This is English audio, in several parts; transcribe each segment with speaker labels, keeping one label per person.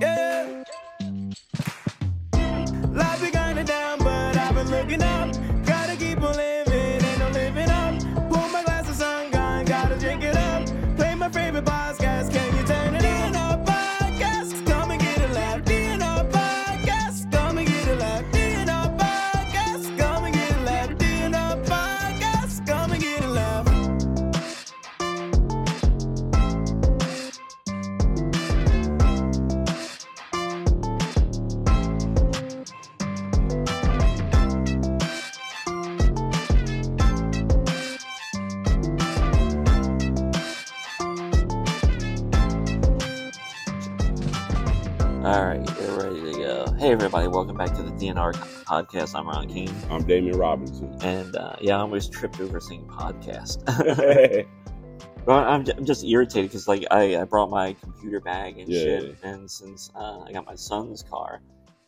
Speaker 1: Yeah. Life be kinda down, but I've been looking up. Gotta keep on living, ain't no living up. Pour my glass of sun gone, gotta drink it up. Play my favorite podcast, can you turn it in? Our podcast, come and get a laugh. In our podcast, come and get a laugh. In our podcast, come and get a laugh. In our podcast, come and get a laugh.
Speaker 2: Alright, you're ready to go. Hey everybody, welcome back to the DNR podcast. I'm Ron King.
Speaker 3: I'm Damien Robinson.
Speaker 2: And uh, yeah, I almost tripped over saying podcast.
Speaker 3: yeah,
Speaker 2: But I'm, j- I'm just irritated because like I, I brought my computer bag and
Speaker 3: Yeah,
Speaker 2: shit, and since uh, I got my son's car,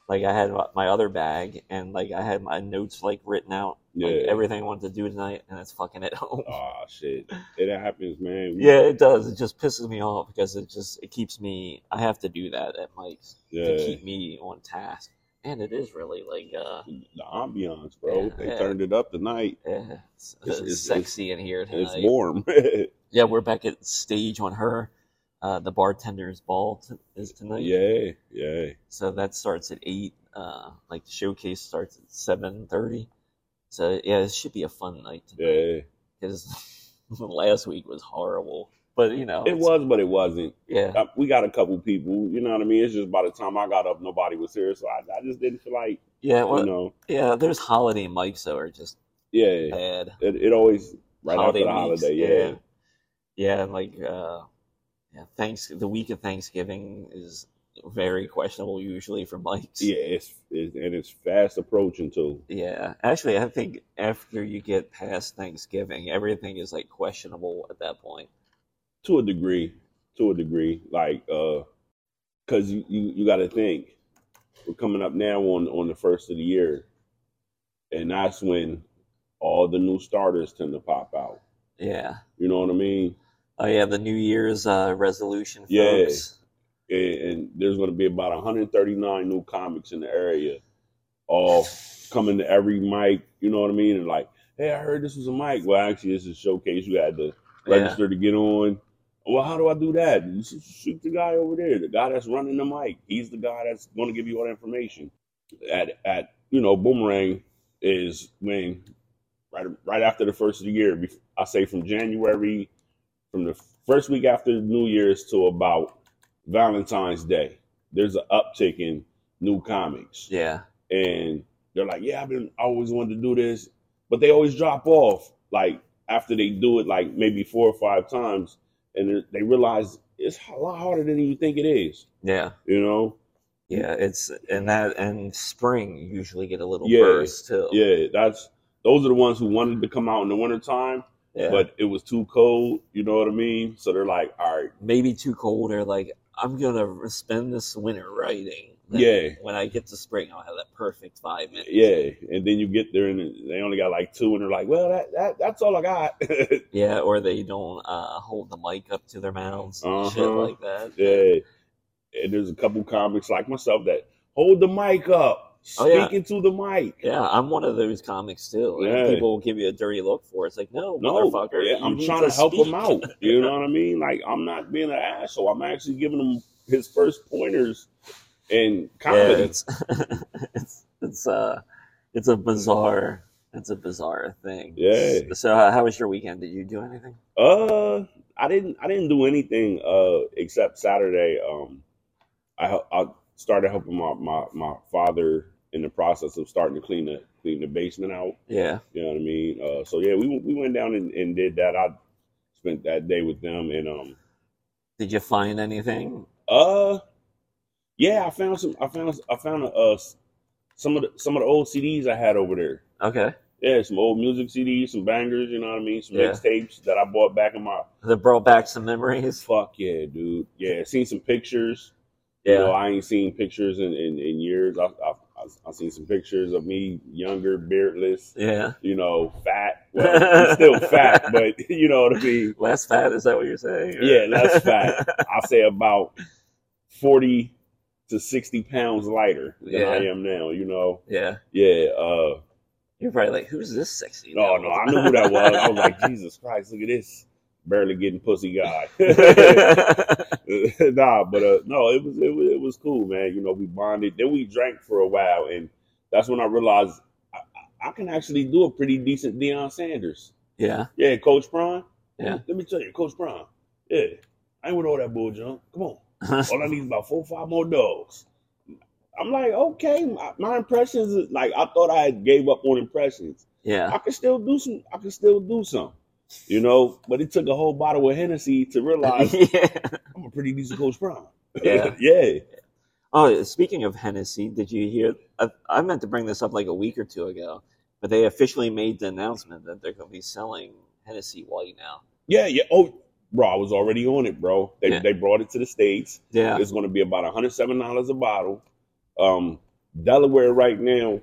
Speaker 2: like I had my other bag and like I had my notes like written out, like
Speaker 3: Yeah. Oh,
Speaker 2: everything I wanted to do tonight, and it's fucking at home.
Speaker 3: Aw, Ah, shit. It happens, man. We-
Speaker 2: Yeah, it does. It just pisses me off because it just it keeps me. I have to do that at Mike's to
Speaker 3: yeah.
Speaker 2: keep me on task, and it is really like uh,
Speaker 3: The ambiance, bro.
Speaker 2: Yeah.
Speaker 3: they turned it up tonight.
Speaker 2: eh, it's,
Speaker 3: It's-
Speaker 2: it's
Speaker 3: it's-
Speaker 2: sexy in here
Speaker 3: And
Speaker 2: tonight.
Speaker 3: it's warm. yeah.
Speaker 2: yeah, we're back at stage on her. Uh, the bartender's ball t- is tonight.
Speaker 3: Yeah.
Speaker 2: so that starts at eight. Uh, like the showcase starts at seven thirty. So yeah, it should be a fun night tonight
Speaker 3: Yeah.
Speaker 2: because last week was horrible. But you know,
Speaker 3: It
Speaker 2: Oh, it's-
Speaker 3: was, but it wasn't.
Speaker 2: Yeah,
Speaker 3: Uh, We got a couple people, you know what I mean? It's just by the time I got up, nobody was here. So I, I just didn't feel like,
Speaker 2: yeah, well,
Speaker 3: you know.
Speaker 2: yeah. There's Holiday and Mike's that are just
Speaker 3: Yeah.
Speaker 2: bad.
Speaker 3: It, it always, right
Speaker 2: holiday
Speaker 3: after the
Speaker 2: weeks,
Speaker 3: holiday. Yeah.
Speaker 2: yeah, yeah, and like uh, yeah, thanks. The week of Thanksgiving is very questionable usually for Mike's.
Speaker 3: Yeah. it's, it's And it's fast approaching, too.
Speaker 2: Yeah, actually, I think after you get past Thanksgiving, everything is like questionable at that point.
Speaker 3: to a degree to a degree like uh because you you, you got to think we're coming up now on on the first of the year and that's when all the new starters tend to pop out
Speaker 2: Yeah.
Speaker 3: you know what i mean
Speaker 2: Oh yeah, the New Year's uh, resolution,
Speaker 3: Yeah.
Speaker 2: folks.
Speaker 3: and, and there's going to be about 139 new comics in the area all coming to every mic you know what i mean and like hey i heard this was a mic well actually this is a showcase you had to
Speaker 2: Yeah.
Speaker 3: register to get on. Well, how do I do that? You should shoot the guy over there, the guy that's running the mic. He's the guy that's going to give you all the information. At at you know, boomerang is when right right after the first of the year. bef- I say from January, from the first week after New Year's to about Valentine's Day. There's an uptick in new comics
Speaker 2: Yeah.
Speaker 3: and they're like, "Yeah, I've been I always wanted to do this," but they always drop off. Like after they do it, like maybe four or five times, and they- they realize it's a lot harder than you think it is.
Speaker 2: Yeah.
Speaker 3: You know?
Speaker 2: Yeah. It's and that and spring usually get a little
Speaker 3: Yeah.
Speaker 2: burst too.
Speaker 3: Yeah, that's those are the ones who wanted to come out in the wintertime,
Speaker 2: Yeah.
Speaker 3: but it was too cold. You know what I mean? So they're like, "All right,
Speaker 2: maybe too cold or like I'm gonna spend this winter writing. Then
Speaker 3: Yeah.
Speaker 2: When I get to spring, I'll have that perfect five minutes.
Speaker 3: yeah," and then you get there and they only got like two, and they're like, "Well, that, that that's all I got."
Speaker 2: Yeah. Or they don't uh, hold the mic up to their mouths and shit
Speaker 3: Uh-huh.
Speaker 2: like that.
Speaker 3: Yeah. And there's a couple comics like myself that hold the mic up,
Speaker 2: Oh, yeah.
Speaker 3: speaking to the mic.
Speaker 2: Yeah, I'm one of those comics too. and
Speaker 3: Yeah.
Speaker 2: People will give you a dirty look for it. It's like, no,
Speaker 3: No,
Speaker 2: motherfucker.
Speaker 3: yeah,
Speaker 2: you
Speaker 3: I'm
Speaker 2: need
Speaker 3: trying to help
Speaker 2: speak.
Speaker 3: him out. You know what I mean? Like I'm not being an asshole. I'm actually giving him his first pointers in
Speaker 2: Yeah,
Speaker 3: comedy.
Speaker 2: it's, it's it's uh it's a bizarre it's a bizarre thing.
Speaker 3: Yeah.
Speaker 2: So uh, how was your weekend? Did you do anything?
Speaker 3: Uh, I didn't. I didn't do anything. Uh, except Saturday. Um, I hel- I started helping my my my father in the process of starting to clean the clean the basement out.
Speaker 2: Yeah.
Speaker 3: You know what I mean? Uh, so yeah, we we went down and, and did that. I spent that day with them, and um,
Speaker 2: Did you find anything?
Speaker 3: uh, yeah, I found some. I found I found uh s- some of the some of the old CDs I had over there.
Speaker 2: Okay.
Speaker 3: Yeah, some old music CDs, some bangers. You know what I mean? Some
Speaker 2: Yeah.
Speaker 3: mixtapes that I bought back in my
Speaker 2: That brought back some memories.
Speaker 3: fuck yeah, dude. Yeah, seen some pictures.
Speaker 2: Yeah.
Speaker 3: You know, I ain't seen pictures in in, in years. I I I- I seen some pictures of me younger, beardless.
Speaker 2: Yeah.
Speaker 3: You know, fat. Well, I'm still fat, but you know what I mean.
Speaker 2: Less fat, is that what you're saying?
Speaker 3: Yeah, less fat. I say about 40, to sixty pounds lighter than
Speaker 2: Yeah.
Speaker 3: I am now. You know,
Speaker 2: Yeah.
Speaker 3: yeah. Uh,
Speaker 2: You're probably like, who's this sexy?
Speaker 3: no,
Speaker 2: devil?
Speaker 3: no, I knew who that was. I was like, Jesus Christ, look at this barely getting pussy guy. nah, but uh, no, it was, it was it was cool, man. You know, we bonded. Then we drank for a while, and that's when I realized I, I- I can actually do a pretty decent Deion Sanders.
Speaker 2: yeah.
Speaker 3: Yeah, Coach Prime.
Speaker 2: Yeah.
Speaker 3: Let me tell you, Coach Prime. Yeah, I ain't with all that bull junk. Come on, all I need is about four, five more dogs. I'm like, okay, my, my impressions is like I thought I had gave up on impressions.
Speaker 2: yeah.
Speaker 3: I could still do some. I could still do some. You know, but it took a whole bottle of Hennessy to realize
Speaker 2: yeah.
Speaker 3: I'm a pretty decent Coach Prime.
Speaker 2: Yeah.
Speaker 3: yeah.
Speaker 2: Oh, speaking of Hennessy, did you hear? I, I meant to bring this up like a week or two ago, but they officially made the announcement that they're going to be selling Hennessy White now.
Speaker 3: Yeah, yeah. Oh, bro, I was already on it, bro. They,
Speaker 2: Yeah.
Speaker 3: they brought it to the states.
Speaker 2: Yeah.
Speaker 3: It's going to be about one hundred seven dollars a bottle. Um, Delaware right now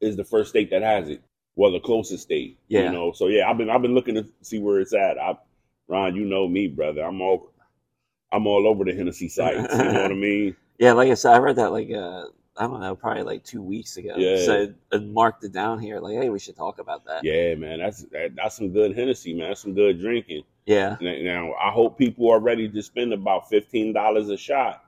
Speaker 3: is the first state that has it. Well, the closest state.
Speaker 2: Yeah.
Speaker 3: You know. So yeah, I've been I've been looking to see where it's at. I, Ron, you know me, brother. I'm all I'm all over the Hennessy sites. you know what I mean?
Speaker 2: Yeah, like I said, I read that like uh, I don't know, probably like two weeks ago.
Speaker 3: Yeah.
Speaker 2: So I marked it down here, like, hey, we should talk about that.
Speaker 3: Yeah, man. That's that, that's some good Hennessy, man. That's some good drinking.
Speaker 2: Yeah,
Speaker 3: Now- Now, I hope people are ready to spend about fifteen dollars a shot,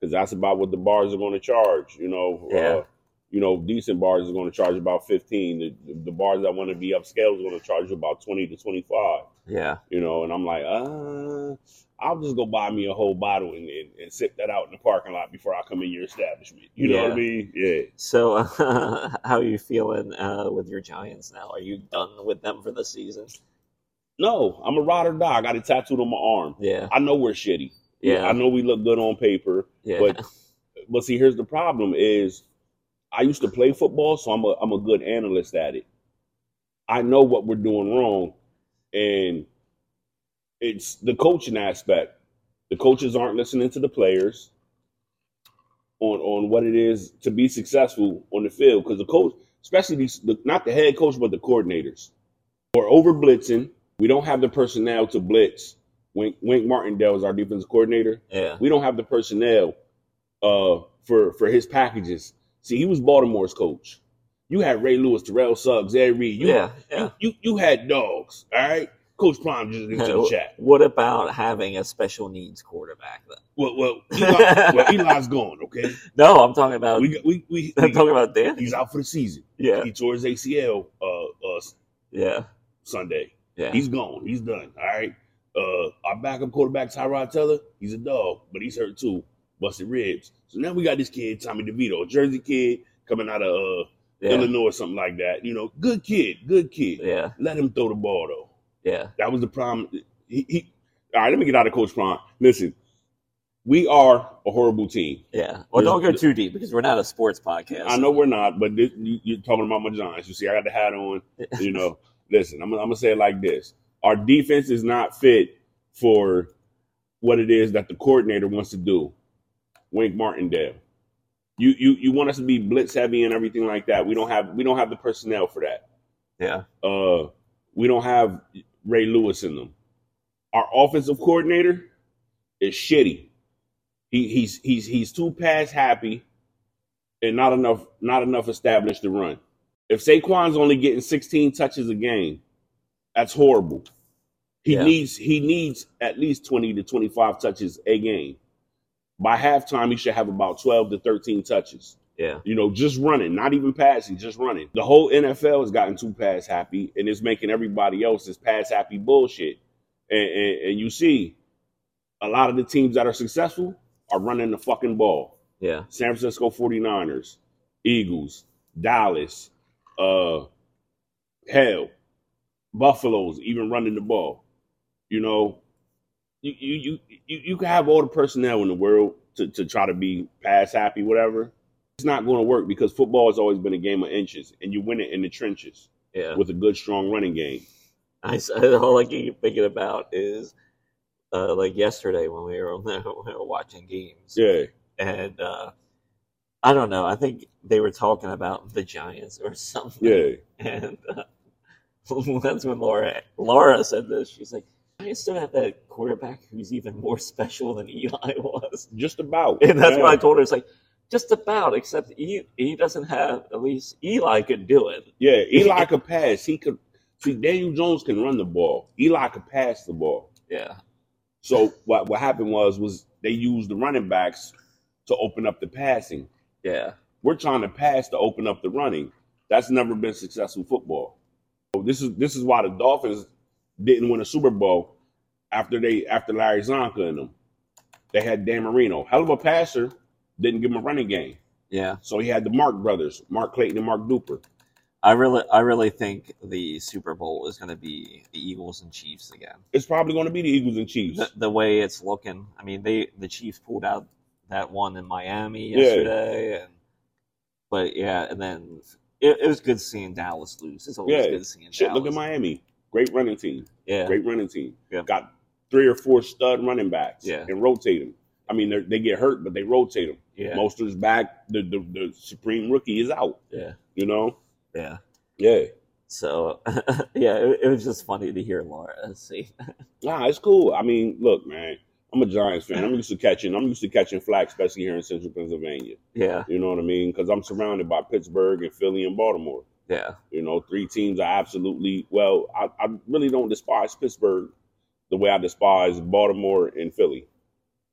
Speaker 3: because that's about what the bars are going to charge. You know,
Speaker 2: Yeah.
Speaker 3: uh, you know, decent bars are going to charge about fifteen. The, the bars that want to be upscale is going to charge you about twenty to twenty five.
Speaker 2: yeah,
Speaker 3: You know, and I'm like, uh, I'll just go buy me a whole bottle and, and, and sip that out in the parking lot before I come in your establishment. You know what
Speaker 2: Yeah.
Speaker 3: I mean? Yeah.
Speaker 2: So, uh, how are you feeling uh, with your Giants now? Are you done with them for the season?
Speaker 3: No, I'm a ride or die. I got it tattooed on my arm.
Speaker 2: Yeah,
Speaker 3: I know we're shitty.
Speaker 2: yeah,
Speaker 3: I know we look good on paper.
Speaker 2: yeah,
Speaker 3: but- but see, here's the problem: is I used to play football, so I'm a I'm a good analyst at it. I know what we're doing wrong, and it's the coaching aspect. The coaches aren't listening to the players on on what it is to be successful on the field because the coach, especially these, the, not the head coach, but the coordinators, are over blitzing. We don't have the personnel to blitz. Wink, Wink Martindale is our defensive coordinator
Speaker 2: yeah,
Speaker 3: we don't have the personnel uh, for for his packages. See, he was Baltimore's coach. You had Ray Lewis, Terrell Suggs, Ed Reed. You,
Speaker 2: yeah, yeah.
Speaker 3: you you had dogs. All right, Coach Prime just into the chat.
Speaker 2: What about having a special needs quarterback? Then?
Speaker 3: Well, well, Eli, well, Eli's gone. Okay,
Speaker 2: No, I'm talking about.
Speaker 3: we got- we, we,
Speaker 2: I'm
Speaker 3: we
Speaker 2: talking about Dan.
Speaker 3: he's out for the season.
Speaker 2: Um, Yeah,
Speaker 3: He tore his ACL uh, uh,
Speaker 2: yeah,
Speaker 3: Sunday.
Speaker 2: yeah,
Speaker 3: He's gone. He's done. All right. Uh, our backup quarterback Tyrod Taylor, he's a dog, but he's hurt too, busted ribs. So now we got this kid Tommy DeVito, a Jersey kid coming out of uh,
Speaker 2: yeah,
Speaker 3: Illinois or something like that. You know, good kid, good kid.
Speaker 2: yeah,
Speaker 3: Let him throw the ball though.
Speaker 2: yeah,
Speaker 3: That was the problem. He, he all right, let me get out of Coach Prime. Listen, we are a horrible team.
Speaker 2: yeah. Well, don't go too deep because we're not a sports podcast.
Speaker 3: I know we're not, but this, you, you're talking about my Giants. You see, I got the hat on. You know, listen, I'm, gonna- I'm gonna say it like this: Our defense is not fit for what it is that the coordinator wants to do. Wink Martindale. You you you want us to be blitz heavy and everything like that. We don't have we don't have the personnel for that.
Speaker 2: Yeah,
Speaker 3: uh, we don't have Ray Lewis in them. Our offensive coordinator is shitty. He, he's he's he's too pass happy and not enough not enough established to run. If Saquon's only getting 16 touches a game, that's horrible. He
Speaker 2: Yeah.
Speaker 3: needs he needs at least 20 to 25 touches a game. By halftime, he should have about 12 to 13 touches.
Speaker 2: yeah,
Speaker 3: You know, just running, not even passing, just running. The whole NFL has gotten too pass happy, and it's making everybody else this pass happy bullshit. And, and, and you see, a lot of the teams that are successful are running the fucking ball.
Speaker 2: yeah,
Speaker 3: San Francisco 49ers, Eagles, Dallas, uh, hell, Buffalo's even running the ball. You know, you you you you, you can have all the personnel in the world to, to try to be pass happy, whatever. It's not going to work because football has always been a game of inches, and you win it in the trenches
Speaker 2: yeah.
Speaker 3: with a good, strong running game.
Speaker 2: I s- all I keep thinking about is uh, like yesterday when we were, when we were watching games,
Speaker 3: Yeah,
Speaker 2: and uh, I don't know. I think they were talking about the Giants or something,
Speaker 3: yeah.
Speaker 2: and uh, that's when Laura Laura said this. She's like, I still have that quarterback who's even more special than Eli was.
Speaker 3: Just about.
Speaker 2: And that's
Speaker 3: yeah.
Speaker 2: what I told her. It's like, just about, except he, he doesn't have, at least Eli could do it.
Speaker 3: Yeah, Eli could pass. He could. See, Daniel Jones can run the ball. Eli could pass the ball.
Speaker 2: Yeah.
Speaker 3: So what what happened was was they used the running backs to open up the passing.
Speaker 2: Yeah.
Speaker 3: We're trying to pass to open up the running. That's never been successful football. So this is this is why the Dolphins didn't win a Super Bowl after they after Larry Zonka and them. They had Dan Marino, hell of a passer, didn't give him a running game.
Speaker 2: Yeah.
Speaker 3: So he had the Mark brothers, Mark Clayton and Mark Duper.
Speaker 2: I really, I really think the Super Bowl is going to be the Eagles and Chiefs again.
Speaker 3: It's probably going to be the Eagles and Chiefs.
Speaker 2: The, the way it's looking, I mean, they the Chiefs pulled out that one in Miami
Speaker 3: Yeah.
Speaker 2: yesterday, and but yeah, and then it, it was good seeing Dallas lose. It's always
Speaker 3: Yeah.
Speaker 2: good seeing
Speaker 3: Shit,
Speaker 2: Dallas.
Speaker 3: look at Miami. Great running team.
Speaker 2: Yeah,
Speaker 3: Great running team.
Speaker 2: Yeah.
Speaker 3: Got three or four stud running backs
Speaker 2: Yeah.
Speaker 3: and rotate them. I mean, they're- they get hurt, but they rotate them.
Speaker 2: yeah,
Speaker 3: Moster's back. The, the the supreme rookie is out.
Speaker 2: yeah,
Speaker 3: You know.
Speaker 2: yeah.
Speaker 3: Yeah.
Speaker 2: So yeah, it, it was just funny to hear Laura see.
Speaker 3: Nah, it's cool. I mean, look, man. I'm a Giants fan. I'm used to catching. I'm used to catching flack, especially here in Central Pennsylvania.
Speaker 2: Yeah,
Speaker 3: You know what I mean? Because I'm surrounded by Pittsburgh and Philly and Baltimore.
Speaker 2: yeah,
Speaker 3: You know, three teams I absolutely well. I, I really don't despise Pittsburgh the way I despise Baltimore and Philly.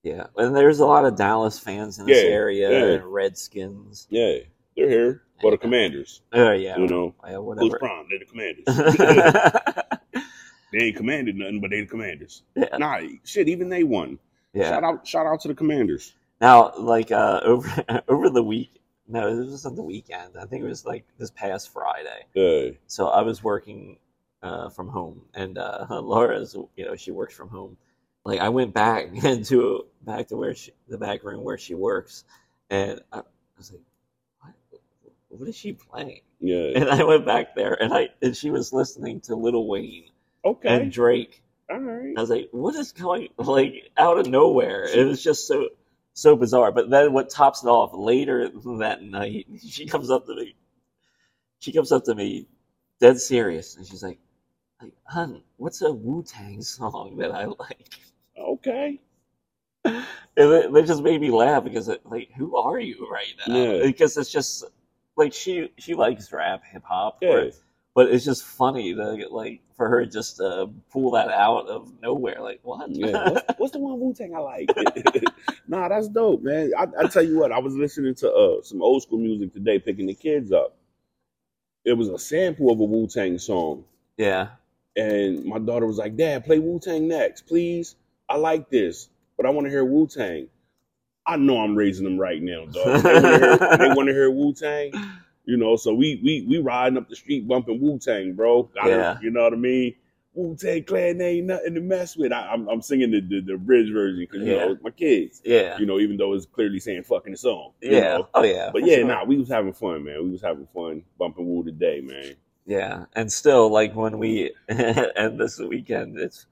Speaker 2: yeah. And there's a lot of Dallas fans in this
Speaker 3: Yeah,
Speaker 2: area
Speaker 3: yeah.
Speaker 2: and Redskins.
Speaker 3: Yeah, they're here for the Commanders.
Speaker 2: Oh yeah,
Speaker 3: You know,
Speaker 2: yeah,
Speaker 3: who's
Speaker 2: whatever.
Speaker 3: prime? They're the Commanders.
Speaker 2: yeah,
Speaker 3: they ain't commanded nothing, but they the Commanders.
Speaker 2: Yeah.
Speaker 3: Nah, shit, even they won. Shout out, shout out to the Commanders.
Speaker 2: Now, like uh, over over the week, no, it wasn't the weekend. I think it was like this past Friday.
Speaker 3: Yeah,
Speaker 2: So I was working uh, from home, and uh, Laura's, you know, she works from home. Like I went back into back to where she, the back room where she works, and I, I was like, what? What is she playing?
Speaker 3: yeah.
Speaker 2: And I went back there, and I and she was listening to Little Wayne and
Speaker 3: Okay,
Speaker 2: Drake.
Speaker 3: all right.
Speaker 2: I was like, what is going like out of nowhere? It was just so so bizarre. But then what tops it off later that night, she comes up to me. She comes up to me, dead serious, and she's like, like "Hun, what's a Wu Tang song that I like?"
Speaker 3: Okay,
Speaker 2: And it, it just made me laugh because, it, like, who are you right now?
Speaker 3: Yeah.
Speaker 2: Because it's just like she she likes rap, hip hop,
Speaker 3: yeah.
Speaker 2: but it's just funny to like for her just to pull that out of nowhere. Like, what?
Speaker 3: yeah. What's, what's the one Wu Tang I like? nah, that's dope, man. I, I tell you what, I was listening to uh, some old school music today, picking the kids up. It was a sample of a Wu Tang song,
Speaker 2: yeah.
Speaker 3: and my daughter was like, "Dad, play Wu Tang next, please. I like this, but I want to hear Wu Tang." I know I'm raising them right now, dog. They want to hear Wu Tang, you know. So we we we riding up the street bumping Wu Tang, bro. Gotta-
Speaker 2: Yeah.
Speaker 3: you know what I mean. Wu Tang Clan ain't nothing to mess with. I, I'm I'm singing the the, the bridge version because you know
Speaker 2: Yeah.
Speaker 3: it's my kids.
Speaker 2: Yeah.
Speaker 3: You know, even though it's clearly saying fucking the song. you
Speaker 2: yeah.
Speaker 3: know.
Speaker 2: Oh yeah.
Speaker 3: But
Speaker 2: for
Speaker 3: yeah,
Speaker 2: sure.
Speaker 3: nah, we was having fun, man. We was having fun bumping Wu today, man.
Speaker 2: Yeah. And still like when we end this weekend, it's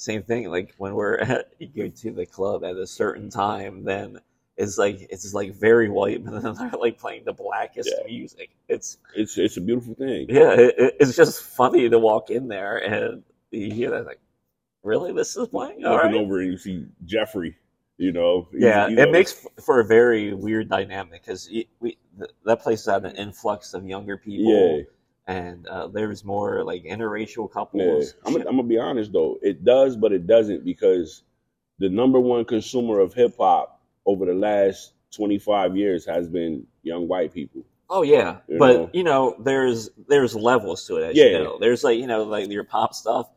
Speaker 2: same thing. Like when we're at you go to the club at a certain time, then it's like it's like very white, but then they're like playing the blackest
Speaker 3: Yeah.
Speaker 2: music. It's
Speaker 3: It's it's a beautiful thing.
Speaker 2: yeah, it, it- it's just funny to walk in there and you hear that like, really, this is playing? All
Speaker 3: looking
Speaker 2: right.
Speaker 3: over and you see Jeffrey. You know, he's-
Speaker 2: Yeah,
Speaker 3: you
Speaker 2: it
Speaker 3: know,
Speaker 2: makes f- for a very weird dynamic because we th- that place had an influx of younger people.
Speaker 3: Yeah,
Speaker 2: and uh, there's more like interracial
Speaker 3: yeah.
Speaker 2: couples.
Speaker 3: I'm, gonna- I'm gonna be honest though, it does, but it doesn't because the number one consumer of hip hop over the last 25 years has been young white people.
Speaker 2: oh yeah,
Speaker 3: You
Speaker 2: but
Speaker 3: know.
Speaker 2: you know, there's there's levels to it. As
Speaker 3: Yeah.
Speaker 2: you know. there's like you know like your pop stuff,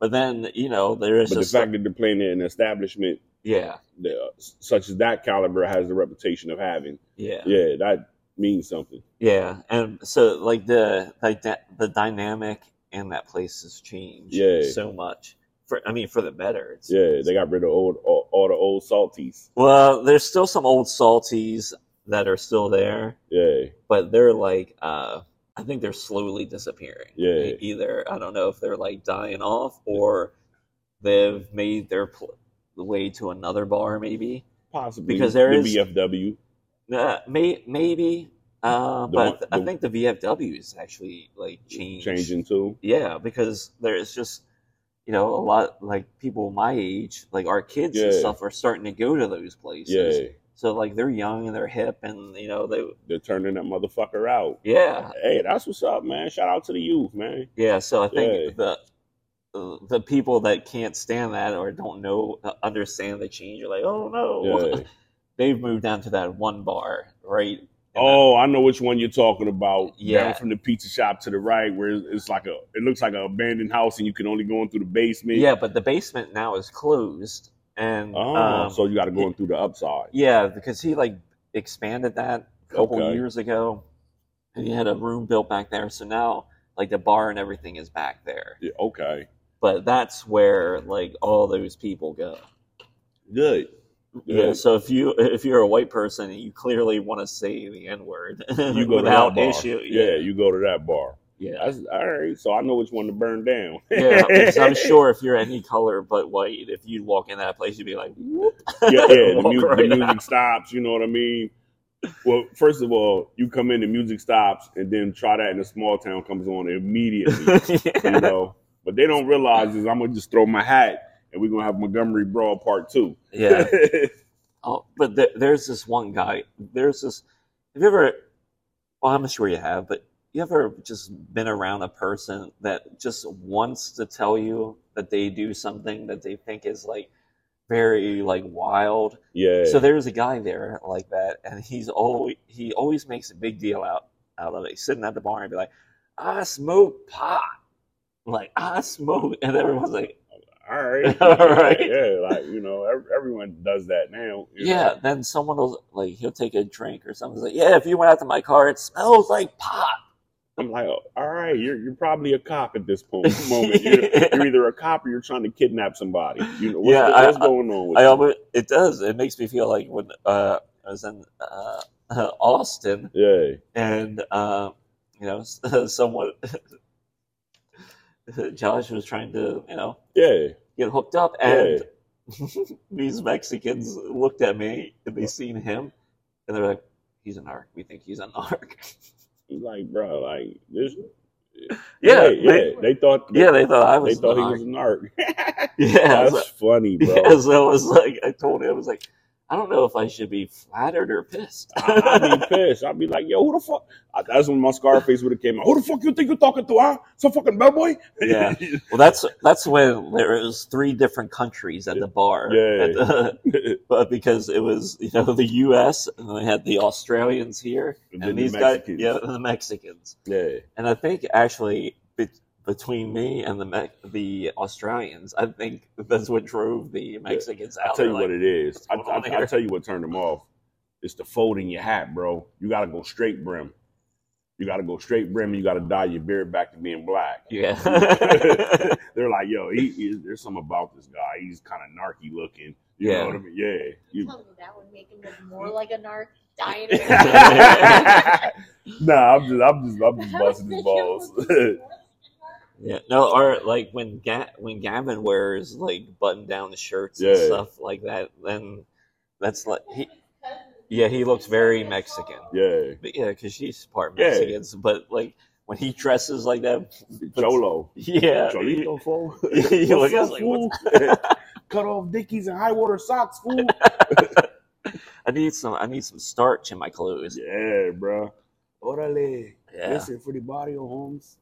Speaker 2: but then you know there's
Speaker 3: but the
Speaker 2: just
Speaker 3: fact that they're playing in an establishment
Speaker 2: yeah,
Speaker 3: that, uh, s- such as that caliber has the reputation of having,
Speaker 2: yeah, yeah,
Speaker 3: yeah, that means something.
Speaker 2: and so like the like that the dynamic in that place has changed
Speaker 3: Yeah.
Speaker 2: so much. For I mean, for the better. It's,
Speaker 3: Yeah, they got rid of old all, all the old salties.
Speaker 2: Well, there's still some old salties that are still there.
Speaker 3: Yeah,
Speaker 2: but they're like uh I think they're slowly disappearing.
Speaker 3: Yeah.
Speaker 2: E- Either I don't know if they're like dying off or they've made their pl- way to another bar maybe.
Speaker 3: possibly
Speaker 2: Because there
Speaker 3: the
Speaker 2: is-
Speaker 3: BFW.
Speaker 2: Uh, may, maybe uh
Speaker 3: The
Speaker 2: but
Speaker 3: one-
Speaker 2: I think the VFW is actually like changed.
Speaker 3: changing too.
Speaker 2: Yeah, because there's just you know, a lot like people my age, like our kids and
Speaker 3: Yeah.
Speaker 2: stuff, are starting to go to those places.
Speaker 3: Yeah,
Speaker 2: So like they're young and they're hip, and you know they
Speaker 3: they're turning that motherfucker out.
Speaker 2: yeah
Speaker 3: Hey, that's what's up, man. Shout out to the youth, man.
Speaker 2: yeah. So I
Speaker 3: Yeah.
Speaker 2: think the the the people that can't stand that or don't know uh, understand the change are like, oh no,
Speaker 3: Yeah.
Speaker 2: they've moved down to that one bar, right? And
Speaker 3: Oh, I know which one you're talking about.
Speaker 2: Yeah.
Speaker 3: Down from the pizza shop to the right, where it's- it's like a, it looks like an abandoned house, and you can only go in through the
Speaker 2: that-
Speaker 3: basement.
Speaker 2: yeah, but the basement now is closed, and
Speaker 3: Oh,
Speaker 2: um,
Speaker 3: so you got to go in through the upside.
Speaker 2: Yeah, because he like expanded that a couple
Speaker 3: Okay.
Speaker 2: years ago, and he had a room built back there. So now, like the bar and everything is back there.
Speaker 3: Yeah, okay.
Speaker 2: But that's where like all those people go.
Speaker 3: Good.
Speaker 2: Yeah.
Speaker 3: Yeah.
Speaker 2: So if you if you're a white person and you clearly want to say the N word
Speaker 3: You go
Speaker 2: without
Speaker 3: to that bar.
Speaker 2: issue,
Speaker 3: yeah. you go to that bar.
Speaker 2: yeah,
Speaker 3: That's all right. So I know which one to burn down.
Speaker 2: yeah. Because I'm sure if you're any color but white, if you walk in that place, you'd be like, whoop.
Speaker 3: yeah, yeah. The,
Speaker 2: Walk
Speaker 3: mu- the
Speaker 2: right
Speaker 3: music
Speaker 2: out.
Speaker 3: stops. You know what I mean? Well, first of all, you come in, the music stops, and then try that in a small town comes on immediately. you
Speaker 2: yeah.
Speaker 3: know, but they don't realize is I'm gonna just throw my hat and we're gonna have Montgomery Broad Part Two.
Speaker 2: yeah. Oh, but there, there's this one guy. There's this. Have you ever? Well, I'm sure you have, but you ever just been around a person that just wants to tell you that they do something that they think is like very like wild?
Speaker 3: yeah.
Speaker 2: So there's a guy there like that, and he's always he always makes a big deal out out of it. He's sitting at the bar and be like, "I smoke pot." Like I smoke, and everyone's like,
Speaker 3: all right.
Speaker 2: All right.
Speaker 3: Yeah, like you know, ev- everyone does that now. you know.
Speaker 2: Yeah, then someone will like he'll take a drink or something. He's like, yeah, if you went out to my car, it smells like pot.
Speaker 3: I'm like, oh, all right, you're you're probably a cop at this po- moment. You're, you're either a cop or you're trying to kidnap somebody. You know what's,
Speaker 2: Yeah,
Speaker 3: the-
Speaker 2: I-
Speaker 3: what's going on with
Speaker 2: I
Speaker 3: you?
Speaker 2: almost, it does. It makes me feel like when uh, I was in uh, Austin
Speaker 3: Yeah.
Speaker 2: and uh, you know someone Josh was trying to you know
Speaker 3: Yeah.
Speaker 2: get hooked up and these Mexicans looked at me and they seen him and they're like, he's a narc. We think he's a narc.
Speaker 3: He's like, bro, like this.
Speaker 2: Yeah,
Speaker 3: yeah. They,
Speaker 2: they-
Speaker 3: thought.
Speaker 2: Yeah, they thought I
Speaker 3: they
Speaker 2: was. a
Speaker 3: thought he
Speaker 2: narc.
Speaker 3: was a narc.
Speaker 2: Yeah,
Speaker 3: That's
Speaker 2: so-
Speaker 3: funny, bro.
Speaker 2: Yeah, so I was like, I told him, I was like, I don't know if I should be flattered or pissed.
Speaker 3: I- I'd be pissed. I'd be like, yo, who the fuck? I, that's when my Scarface would have came out. Who the fuck you think you're talking to, huh? Some fucking bad boy?
Speaker 2: Yeah. well, that's that's when there was three different countries at the bar,
Speaker 3: Yeah.
Speaker 2: At the- but because it was you know the U.S. and then they had the Australians here and,
Speaker 3: And then the
Speaker 2: these guys,
Speaker 3: Mexicans.
Speaker 2: yeah, and the Mexicans.
Speaker 3: yeah.
Speaker 2: And I think actually be- between me and the Me- the Australians, I think that's what drove the Mexicans out.
Speaker 3: I'll tell you
Speaker 2: They're
Speaker 3: what
Speaker 2: like,
Speaker 3: it is. I,
Speaker 2: what's going on
Speaker 3: I,
Speaker 2: here?
Speaker 3: will tell you what turned them off. It's the fold in your hat, bro. You got to go straight brim. You got to go straight brim. You got to dye your beard back to being black.
Speaker 2: yeah,
Speaker 3: They're like, yo, he, he- there's something about this guy. He's kind of narky looking. You
Speaker 2: Yeah.
Speaker 3: know what I mean? Yeah. You-
Speaker 4: Tell me that would make him look more like a narc dying. in his
Speaker 2: Yeah.
Speaker 3: nah, I'm just, I'm just, I'm just
Speaker 4: house
Speaker 3: busting his
Speaker 4: than him
Speaker 3: balls.
Speaker 4: looking more like a
Speaker 2: Yeah, no, or like when Ga- when Gavin wears like button down shirts and
Speaker 3: Yeah.
Speaker 2: stuff like that, then that's like he,
Speaker 4: narc.
Speaker 2: yeah, he looks very Mexican.
Speaker 3: yeah,
Speaker 2: But yeah, because she's part
Speaker 3: Yeah.
Speaker 2: Mexican. But like when he dresses like that,
Speaker 3: Cholo.
Speaker 2: yeah,
Speaker 3: Cholito, fool.
Speaker 2: Yeah, like, I was like,
Speaker 3: Cut off dickies and high water socks, fool.
Speaker 2: I need some I need some starch in my clothes.
Speaker 3: yeah, bro. Orale.
Speaker 2: Yeah,
Speaker 3: for the body of homes.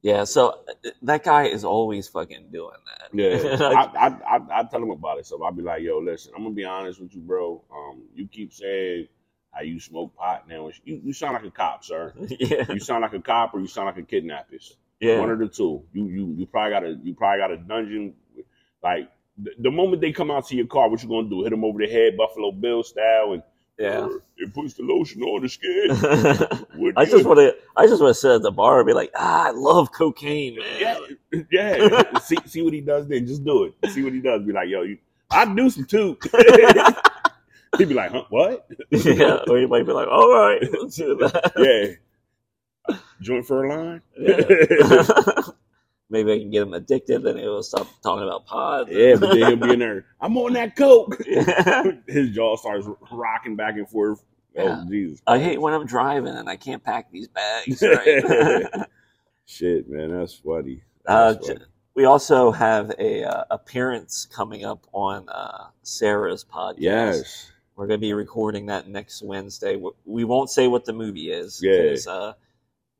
Speaker 2: yeah. So uh, that guy is always fucking doing that.
Speaker 3: Yeah,
Speaker 2: And
Speaker 3: I,
Speaker 2: I-
Speaker 3: I, I, I tell him about it. So I'll be like, yo, listen, I'm gonna be honest with you, bro. Um, you keep saying how you smoke pot now. and sh- You, you sound like a cop, sir.
Speaker 2: yeah,
Speaker 3: You sound like a cop, or you sound like a kidnappers.
Speaker 2: yeah.
Speaker 3: One of the two. You you you probably got a you probably got a dungeon. Like the, the moment they come out to your car, what you gonna do? Hit them over the head, Buffalo Bill style, and
Speaker 2: yeah.
Speaker 3: It puts the lotion on the skin. We're
Speaker 2: I just
Speaker 3: good.
Speaker 2: want to I just want to sit at the bar and be like, ah, I love cocaine, man.
Speaker 3: yeah, yeah. see, see what he does then. Just do it. See what he does. Be like, yo, you, I do some too. He'd be like, huh, what?
Speaker 2: yeah, or you might be like, all right, let's do that.
Speaker 3: Yeah. Joint for a line?
Speaker 2: Maybe I can get him addicted, then he'll stop talking about pods.
Speaker 3: Yeah, but then he'll be in there. I'm on that coke.
Speaker 2: Yeah.
Speaker 3: His jaw starts rocking back and forth.
Speaker 2: Yeah.
Speaker 3: Oh, Jesus.
Speaker 2: I hate when I'm driving and I can't pack these bags. Right?
Speaker 3: Shit, man. That's funny.
Speaker 2: uh,
Speaker 3: That's
Speaker 2: J-
Speaker 3: funny.
Speaker 2: we also have a uh, appearance coming up on uh, Sarah's podcast.
Speaker 3: Yes.
Speaker 2: We're going to be recording that next Wednesday. W- We won't say what the movie is
Speaker 3: Yeah.
Speaker 2: uh,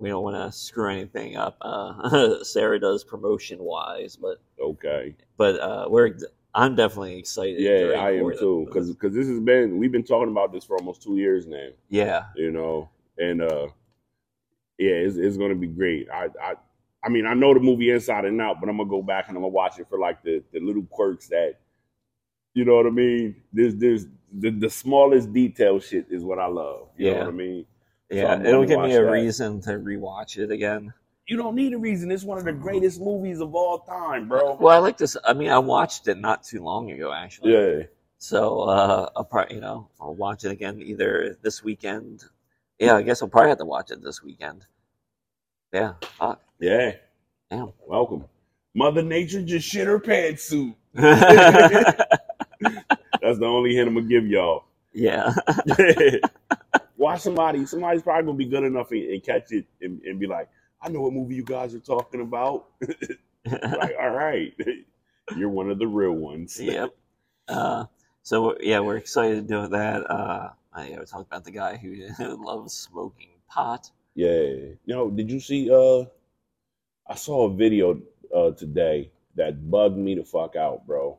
Speaker 2: we don't want to screw anything up. Uh, Sarah does promotion wise, but
Speaker 3: Okay.
Speaker 2: but uh, we're I'm definitely excited.
Speaker 3: Yeah,
Speaker 2: during
Speaker 3: I am
Speaker 2: for the-
Speaker 3: too. Because this has been we've been talking about this for almost two years now.
Speaker 2: yeah,
Speaker 3: You know, and uh, yeah, it's, it's gonna be great. I I I mean I know the movie inside and out, but I'm gonna go back and I'm gonna watch it for like the the little quirks that, you know what I mean. There's there's the, the smallest detail shit is what I love. You know
Speaker 2: Yeah.
Speaker 3: what I mean.
Speaker 2: yeah,
Speaker 3: I'm
Speaker 2: it'll
Speaker 3: gonna
Speaker 2: give me
Speaker 3: watch
Speaker 2: a
Speaker 3: that.
Speaker 2: reason to rewatch it again.
Speaker 3: You don't need a reason. It's one of the greatest movies of all time, bro.
Speaker 2: Well, I like this. I mean, I watched it not too long ago, actually.
Speaker 3: Yeah.
Speaker 2: So uh, I'll probably, you know, I'll watch it again either this weekend. Yeah, I guess I'll probably have to watch it this weekend. Yeah, fuck,
Speaker 3: Yeah.
Speaker 2: damn.
Speaker 3: Welcome. Mother Nature just shit her pantsuit. That's the only hint I'm gonna give y'all.
Speaker 2: yeah,
Speaker 3: Watch somebody. Somebody's probably gonna be good enough and, and catch it and, and be like, "I know what movie you guys are talking about." like, all right, you're one of the real ones.
Speaker 2: yep. Uh, so yeah, we're excited to do that. Uh, I was talking about the guy who loves smoking pot.
Speaker 3: Yeah. No, did you see? Uh, I saw a video uh today that bugged me the fuck out, bro.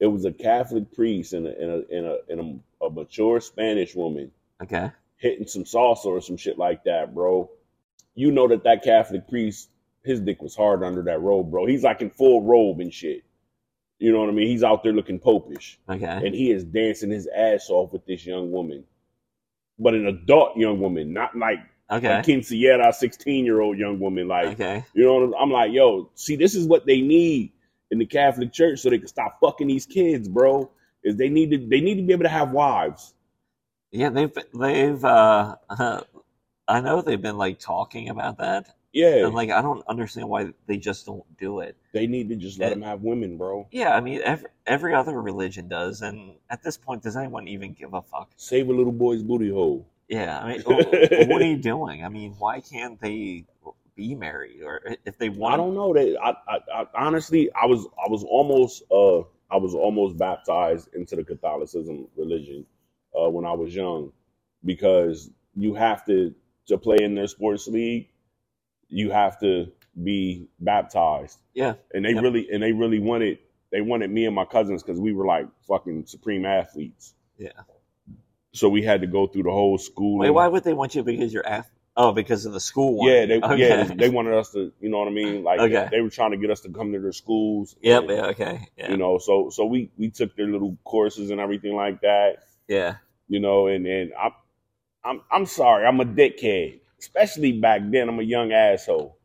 Speaker 3: It was a Catholic priest and a and a and a, and a, a mature Spanish woman
Speaker 2: Okay.
Speaker 3: hitting some salsa or some shit like that, bro. You know that that Catholic priest, his dick was hard under that robe, bro. He's like in full robe and shit. You know what I mean? He's out there looking popish,
Speaker 2: Okay.
Speaker 3: and he is dancing his ass off with this young woman, but an adult young woman, not like
Speaker 2: Okay.
Speaker 3: a quinceañera, sixteen year old young woman. Like
Speaker 2: Okay.
Speaker 3: you know, what I'm, I'm like, yo, see, this is what they need in the Catholic Church so they can stop fucking these kids, bro. Is they need to they need to be able to have wives.
Speaker 2: Yeah, they've they've. Uh, I know they've been like talking about that,
Speaker 3: Yeah,
Speaker 2: and like I don't understand why they just don't do it.
Speaker 3: they need to just let them have women, bro.
Speaker 2: Yeah, I mean, every, every other religion does, and at this point, does anyone even give a fuck?
Speaker 3: Save a little boy's booty hole.
Speaker 2: Yeah, I mean, wh- what are you doing? I mean, why can't they be married, or if they
Speaker 3: I
Speaker 2: want?
Speaker 3: don't know that. I, I, I honestly, I was, I was almost, uh, I was almost baptized into the Catholicism religion uh, when I was young, because you have to to play in their sports league, you have to be baptized,
Speaker 2: Yeah,
Speaker 3: and they
Speaker 2: Yep.
Speaker 3: really, and they really wanted, they wanted me and my cousins because we were like fucking supreme athletes.
Speaker 2: Yeah.
Speaker 3: So we had to go through the whole school.
Speaker 2: wait, why would they want you? Because you're af- oh, because of the school one.
Speaker 3: Yeah, they yeah
Speaker 2: Okay.
Speaker 3: they wanted us to, you know what I mean? Like
Speaker 2: Okay.
Speaker 3: they were trying to get us to come to their schools.
Speaker 2: Yep.
Speaker 3: and,
Speaker 2: Yeah. Okay. Yeah.
Speaker 3: You know, so so we we took their little courses and everything like that.
Speaker 2: yeah.
Speaker 3: You know, and and I'm I'm I'm sorry, I'm a dickhead. Especially back then, I'm a young asshole.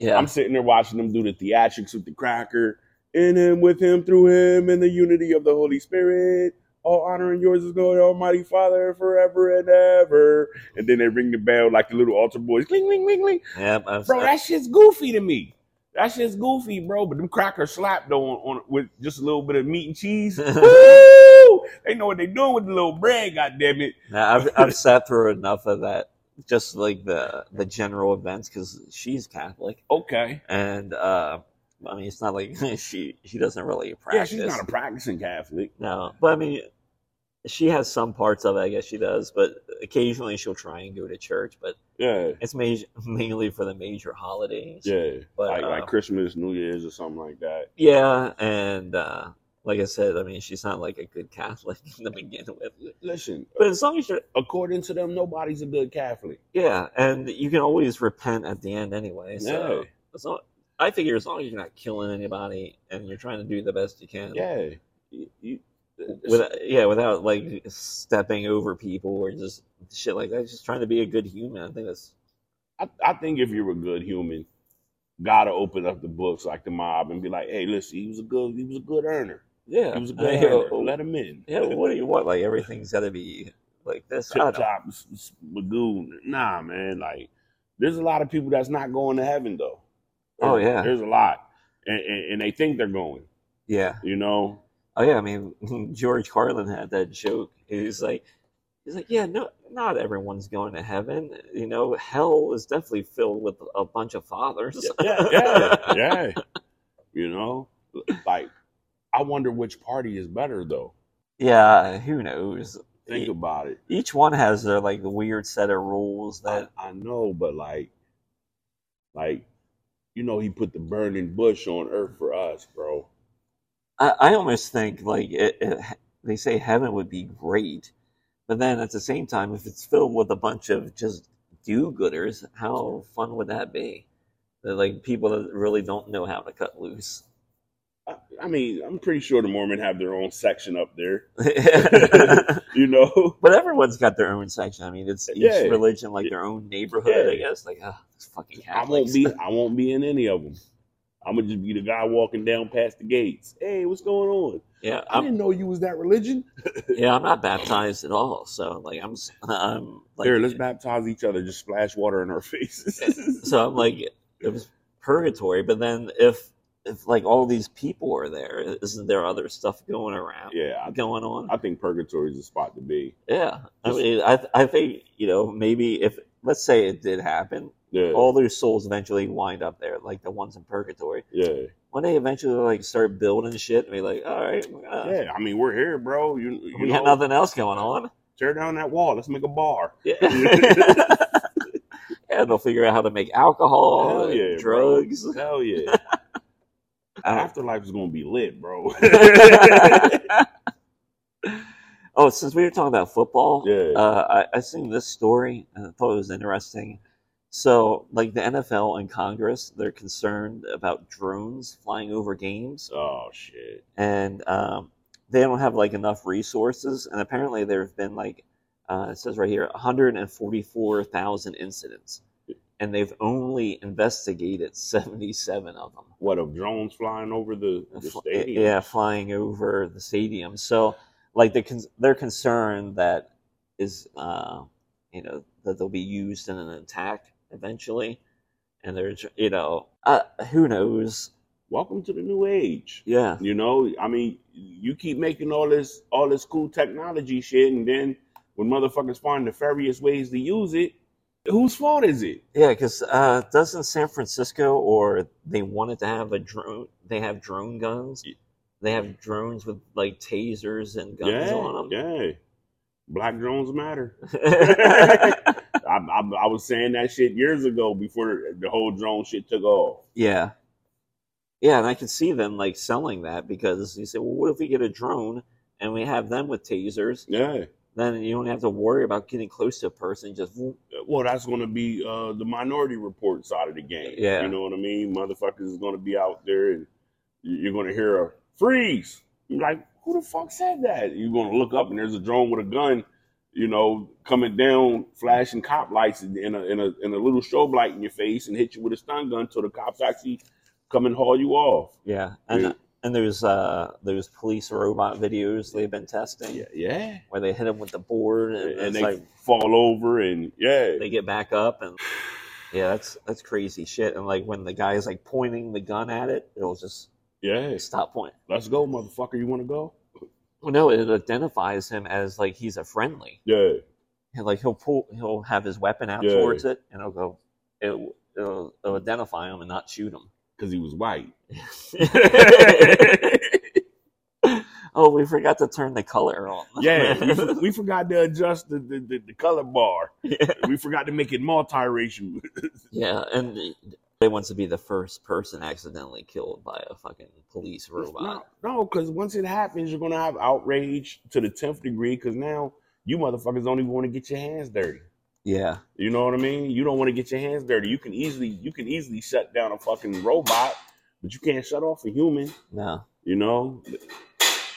Speaker 2: Yeah.
Speaker 3: I'm sitting there watching them do the theatrics with the cracker, in him, with him, through him, in the unity of the Holy Spirit. All honor and yours is going, Almighty Father, forever and ever. And then they ring the bell like the little altar boys, cling, cling, cling, cling.
Speaker 2: Yep. I've-
Speaker 3: Bro, that shit's goofy to me. That shit's goofy, bro. But them crackers slapped though on, on with just a little bit of meat and cheese. Woo! They know what they doing with the little bread, goddamn it.
Speaker 2: Now, I've I've sat through enough of that, just like the the general events, because she's Catholic,
Speaker 3: Okay.
Speaker 2: and uh, I mean, it's not like she she doesn't really
Speaker 3: Yeah,
Speaker 2: practice.
Speaker 3: she's not a practicing Catholic.
Speaker 2: no, but I mean, she has some parts of it. I guess she does, but occasionally she'll try and go to church, but
Speaker 3: Yeah.
Speaker 2: it's ma- mainly for the major holidays.
Speaker 3: Yeah.
Speaker 2: but
Speaker 3: Like like
Speaker 2: uh,
Speaker 3: Christmas, New Year's or something like that.
Speaker 2: yeah, and uh, like I said, I mean, she's not like a good Catholic to begin with.
Speaker 3: Listen,
Speaker 2: But as long as you're
Speaker 3: according to them, nobody's a good Catholic.
Speaker 2: Yeah, and you can always repent at the end anyway. So
Speaker 3: Yeah.
Speaker 2: as long, I figure as long as you're not killing anybody and you're trying to do the best you can,
Speaker 3: Yeah. You- you-
Speaker 2: without, yeah, without like stepping over people or just shit like that, just trying to be a good human. I think that's
Speaker 3: I, I think if you're a good human, gotta open up the books like the mob and be like, hey, listen, he was a good he was a good earner.
Speaker 2: yeah.
Speaker 3: He was a
Speaker 2: I
Speaker 3: good
Speaker 2: mean,
Speaker 3: earner.
Speaker 2: yeah,
Speaker 3: oh, Let him in.
Speaker 2: yeah, what do you want? Like everything's got to be like this. I don't,
Speaker 3: Tip top, s- s- Magoon. Nah, man. Like, there's a lot of people that's not going to heaven though.
Speaker 2: Oh, yeah.
Speaker 3: there's a lot, and, and, and they think they're going.
Speaker 2: yeah.
Speaker 3: You know,
Speaker 2: Oh yeah. I mean, George Carlin had that joke. He's like. He's like, yeah, no, not everyone's going to heaven. You know, hell is definitely filled with a bunch of fathers.
Speaker 3: yeah, yeah, yeah. You know, like I wonder which party is better though.
Speaker 2: Yeah, who knows?
Speaker 3: Think
Speaker 2: E-
Speaker 3: about it.
Speaker 2: Each one has their like weird set of rules
Speaker 3: I,
Speaker 2: that
Speaker 3: I know, but like, like, you know, he put the burning bush on earth for us, bro.
Speaker 2: I, I almost think like it, it, they say heaven would be great, but then at the same time, if it's filled with a bunch of just do-gooders, how fun would that be? They're like people that really don't know how to cut loose.
Speaker 3: I, I mean, I'm pretty sure the Mormon have their own section up there.
Speaker 2: but
Speaker 3: You know,
Speaker 2: everyone's got their own section. I mean, it's each
Speaker 3: Yeah.
Speaker 2: religion like their own neighborhood, I
Speaker 3: Yeah.
Speaker 2: guess. Like, ah, this fucking
Speaker 3: I won't
Speaker 2: Catholics.
Speaker 3: be, I won't be in any of them. I'm gonna just be the guy walking down past the gates. Hey, what's going on?
Speaker 2: Yeah,
Speaker 3: I
Speaker 2: I'm
Speaker 3: didn't know you was that religion.
Speaker 2: yeah, I'm not baptized at all. So like, I'm s- I'm like,
Speaker 3: Here, let's baptize each other. Just splash water in our faces.
Speaker 2: so I'm like, it was purgatory. But then if if like all these people are there, isn't there other stuff going around?
Speaker 3: yeah, I,
Speaker 2: going on.
Speaker 3: I think purgatory is the spot to be.
Speaker 2: yeah, I mean, I I think you know maybe if let's say it did happen,
Speaker 3: Yeah,
Speaker 2: all those souls eventually wind up there, like the ones in purgatory.
Speaker 3: yeah.
Speaker 2: When they eventually like start building shit, and be like, all right, uh,
Speaker 3: Yeah, I mean, we're here, bro. You, you
Speaker 2: we
Speaker 3: know,
Speaker 2: got nothing else going on.
Speaker 3: tear down that wall. Let's make a bar.
Speaker 2: Yeah. And they'll figure out how to make alcohol,
Speaker 3: Hell
Speaker 2: and
Speaker 3: yeah, bro.
Speaker 2: drugs.
Speaker 3: Hell yeah.
Speaker 2: I don't-
Speaker 3: Afterlife is going to be lit, bro.
Speaker 2: oh, since we were talking about football,
Speaker 3: Yeah.
Speaker 2: uh, I, I seen this story and I thought it was interesting. So, like the NFL and Congress, they're concerned about drones flying over games,
Speaker 3: oh, shit.
Speaker 2: and um, they don't have like enough resources. And apparently, there have been like uh, it says right here, 144,000 incidents, and they've only investigated 77 of them.
Speaker 3: What, of drones flying over the, the
Speaker 2: Fl-
Speaker 3: stadium?
Speaker 2: Yeah, flying over the stadium. So, like, the con- their concern that is, uh, you know, that they'll be used in an attack eventually, and they're, tr- you know, uh, who knows?
Speaker 3: Welcome to the new age.
Speaker 2: Yeah,
Speaker 3: You know, I mean, you keep making all this all this cool technology shit, and then when motherfuckers find nefarious ways to use it, whose fault is it?
Speaker 2: yeah, because uh, doesn't San Francisco or they wanted to have a drone? They have drone guns.
Speaker 3: Y-
Speaker 2: They have drones with like tasers and guns
Speaker 3: yeah,
Speaker 2: on them.
Speaker 3: yeah. Black drones matter. I, I, I was saying that shit years ago before the whole drone shit took off.
Speaker 2: Yeah. Yeah, and I can see them like selling that because you say, well, what if we get a drone and we have them with tasers?
Speaker 3: Yeah.
Speaker 2: Then you don't have to worry about getting close to a person. Just whoop.
Speaker 3: Well, that's going to be uh, the minority report side of the game.
Speaker 2: Yeah.
Speaker 3: You know what I mean? Motherfuckers is going to be out there and you- you're going to hear a freeze. You're like, who the fuck said that? You're going to look up and there's a drone with a gun, you know, coming down, flashing cop lights in in a, in a, in a little strobe light in your face and hit you with a stun gun till the cops actually come and haul you off.
Speaker 2: yeah, and
Speaker 3: Yeah.
Speaker 2: and there's uh those police robot videos they've been testing
Speaker 3: Yeah.
Speaker 2: where they hit them with the board and,
Speaker 3: And,
Speaker 2: it's
Speaker 3: they
Speaker 2: like
Speaker 3: fall over and yeah.
Speaker 2: they get back up and yeah, that's that's crazy shit. And like when the guy is like pointing the gun at it, it'll just
Speaker 3: Yeah.
Speaker 2: stop pointing.
Speaker 3: Let's go, motherfucker. You want to go?
Speaker 2: Well, no, it identifies him as like he's a friendly.
Speaker 3: Yeah.
Speaker 2: and like he'll pull he'll have his weapon out
Speaker 3: Yeah.
Speaker 2: towards it and it'll go it'll, it'll, it'll identify him and not shoot him
Speaker 3: Because he was white.
Speaker 2: oh we forgot to turn the color on
Speaker 3: Yeah, we, for- we forgot to adjust the, the, the, the color bar.
Speaker 2: Yeah.
Speaker 3: We forgot to make it multiracial.
Speaker 2: yeah and they wants to be the first person accidentally killed by a fucking police robot
Speaker 3: No, because once it happens, you're going to have outrage to the 10th degree because now you motherfuckers don't even want to get your hands dirty.
Speaker 2: yeah
Speaker 3: You know what I mean? You don't want to get your hands dirty. You can easily you can easily shut down a fucking robot, but you can't shut off a human.
Speaker 2: no
Speaker 3: You know,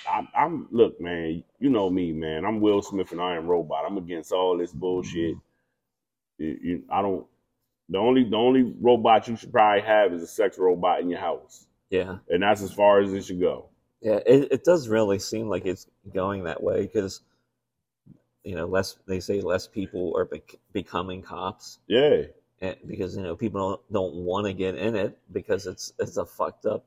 Speaker 3: I, I'm look, man. You know me, man. I'm Will Smith and I am Robot. I'm against all this bullshit. You- you- I don't. The only the only robot you should probably have is a sex robot in your house,
Speaker 2: yeah
Speaker 3: and that's as far as it should go.
Speaker 2: yeah it, it does really seem like it's going that way because you know less they say less people are bec- becoming cops
Speaker 3: Yeah,
Speaker 2: eh, because you know people don't, don't want to get in it because it's it's a fucked up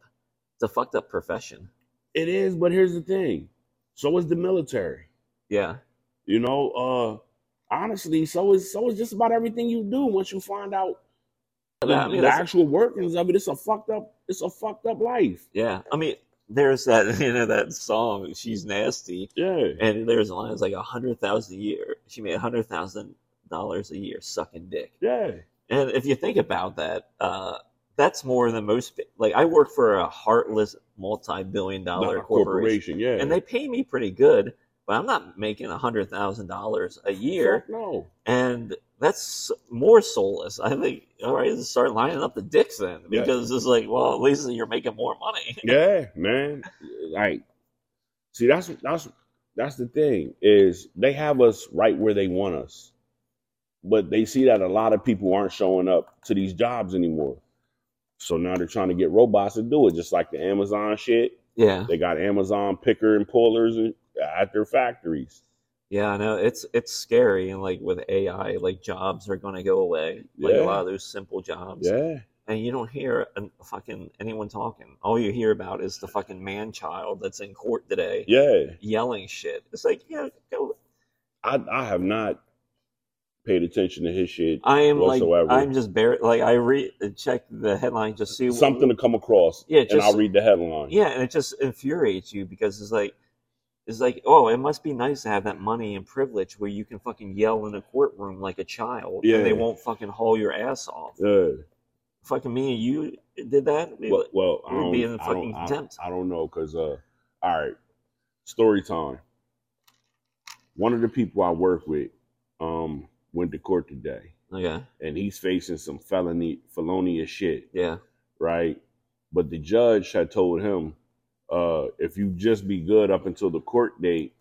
Speaker 2: it's a fucked up profession.
Speaker 3: it is. But here's the thing. So is the military.
Speaker 2: Yeah,
Speaker 3: You know, uh honestly, so is so is just about everything you do once you find out the,
Speaker 2: I mean,
Speaker 3: the
Speaker 2: that's-
Speaker 3: actual workings of it. It's a fucked up. It's a fucked up life.
Speaker 2: yeah. I mean, there's that you know that song. She's nasty.
Speaker 3: Yeah.
Speaker 2: And there's a line that's like a hundred thousand a year. She made a hundred thousand dollars a year sucking dick.
Speaker 3: Yeah.
Speaker 2: And if you think about that, uh, that's more than most. pe- Like I work for a heartless multi-billion
Speaker 3: Not
Speaker 2: dollar
Speaker 3: a
Speaker 2: corporation,
Speaker 3: Yeah.
Speaker 2: and they pay me pretty good, but I'm not making a hundred thousand dollars a year,
Speaker 3: Fuck no.
Speaker 2: and that's more soulless. I think. All right, let's start lining up the dicks then,
Speaker 3: Yeah.
Speaker 2: because it's like, well, at least you're making more money.
Speaker 3: Yeah, man. Like, see, that's that's that's the thing is they have us right where they want us, but they see that a lot of people aren't showing up to these jobs anymore. So now they're trying to get robots to do it, just like the Amazon shit.
Speaker 2: Yeah,
Speaker 3: They got Amazon picker and pullers and- at their factories.
Speaker 2: yeah, I know it's it's scary, and like with AI, like jobs are going to go away, like
Speaker 3: Yeah.
Speaker 2: a lot of those simple jobs.
Speaker 3: Yeah,
Speaker 2: and you don't hear an, fucking anyone talking. All you hear about is the fucking man child that's in court today
Speaker 3: yeah.
Speaker 2: yelling shit. It's like, yeah, go.
Speaker 3: I I have not paid attention to his shit.
Speaker 2: I am like,
Speaker 3: Whatsoever.
Speaker 2: I'm just bare. Like I read, check the headline, just see what-
Speaker 3: Something to come across,
Speaker 2: Yeah,
Speaker 3: and
Speaker 2: just
Speaker 3: I'll read the headline.
Speaker 2: yeah, and it just infuriates you because it's like, it's like, oh, it must be nice to have that money and privilege where you can fucking yell in a courtroom like a child,
Speaker 3: Yeah.
Speaker 2: and they won't fucking haul your ass off.
Speaker 3: Yeah.
Speaker 2: Fucking me and you did that. We-
Speaker 3: Well, well I
Speaker 2: we'd
Speaker 3: don't,
Speaker 2: be in
Speaker 3: I
Speaker 2: fucking
Speaker 3: don't, I-
Speaker 2: contempt.
Speaker 3: I, don't know because, uh, all right, story time. One of the people I work with um, went to court today,
Speaker 2: okay,
Speaker 3: and he's facing some felony felonious shit,
Speaker 2: yeah,
Speaker 3: right? But the judge had told him, uh, if you just be good up until the court date,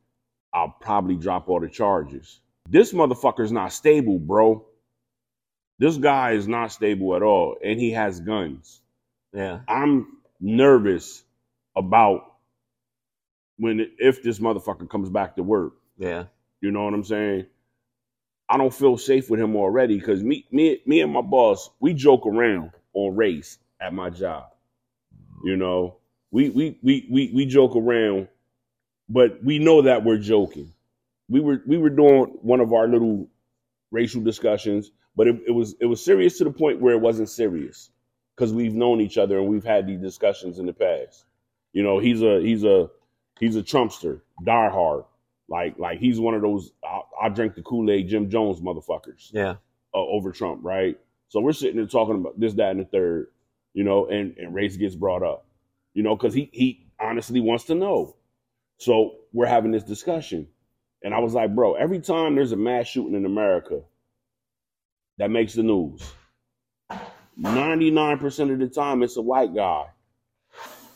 Speaker 3: I'll probably drop all the charges. This motherfucker's not stable, bro. This guy is not stable at all, and he has guns.
Speaker 2: yeah,
Speaker 3: I'm nervous about when if this motherfucker comes back to work.
Speaker 2: yeah,
Speaker 3: You know what I'm saying? I don't feel safe with him already because me, me, me and my boss, we joke around on race at my job. You know, we we we we we joke around, but we know that we're joking. We were we were doing one of our little racial discussions, but it, it was it was serious to the point where it wasn't serious because we've known each other and we've had these discussions in the past. You know, he's a he's a he's a Trumpster, diehard. Like like he's one of those I, I drink the Kool Aid Jim Jones motherfuckers
Speaker 2: yeah,
Speaker 3: uh, over Trump, right? So we're sitting there talking about this, that, and the third, you know, and and race gets brought up, you know, because he he honestly wants to know. So we're having this discussion, and I was like, bro, every time there's a mass shooting in America, that makes the news. Ninety nine percent of the time, it's a white guy.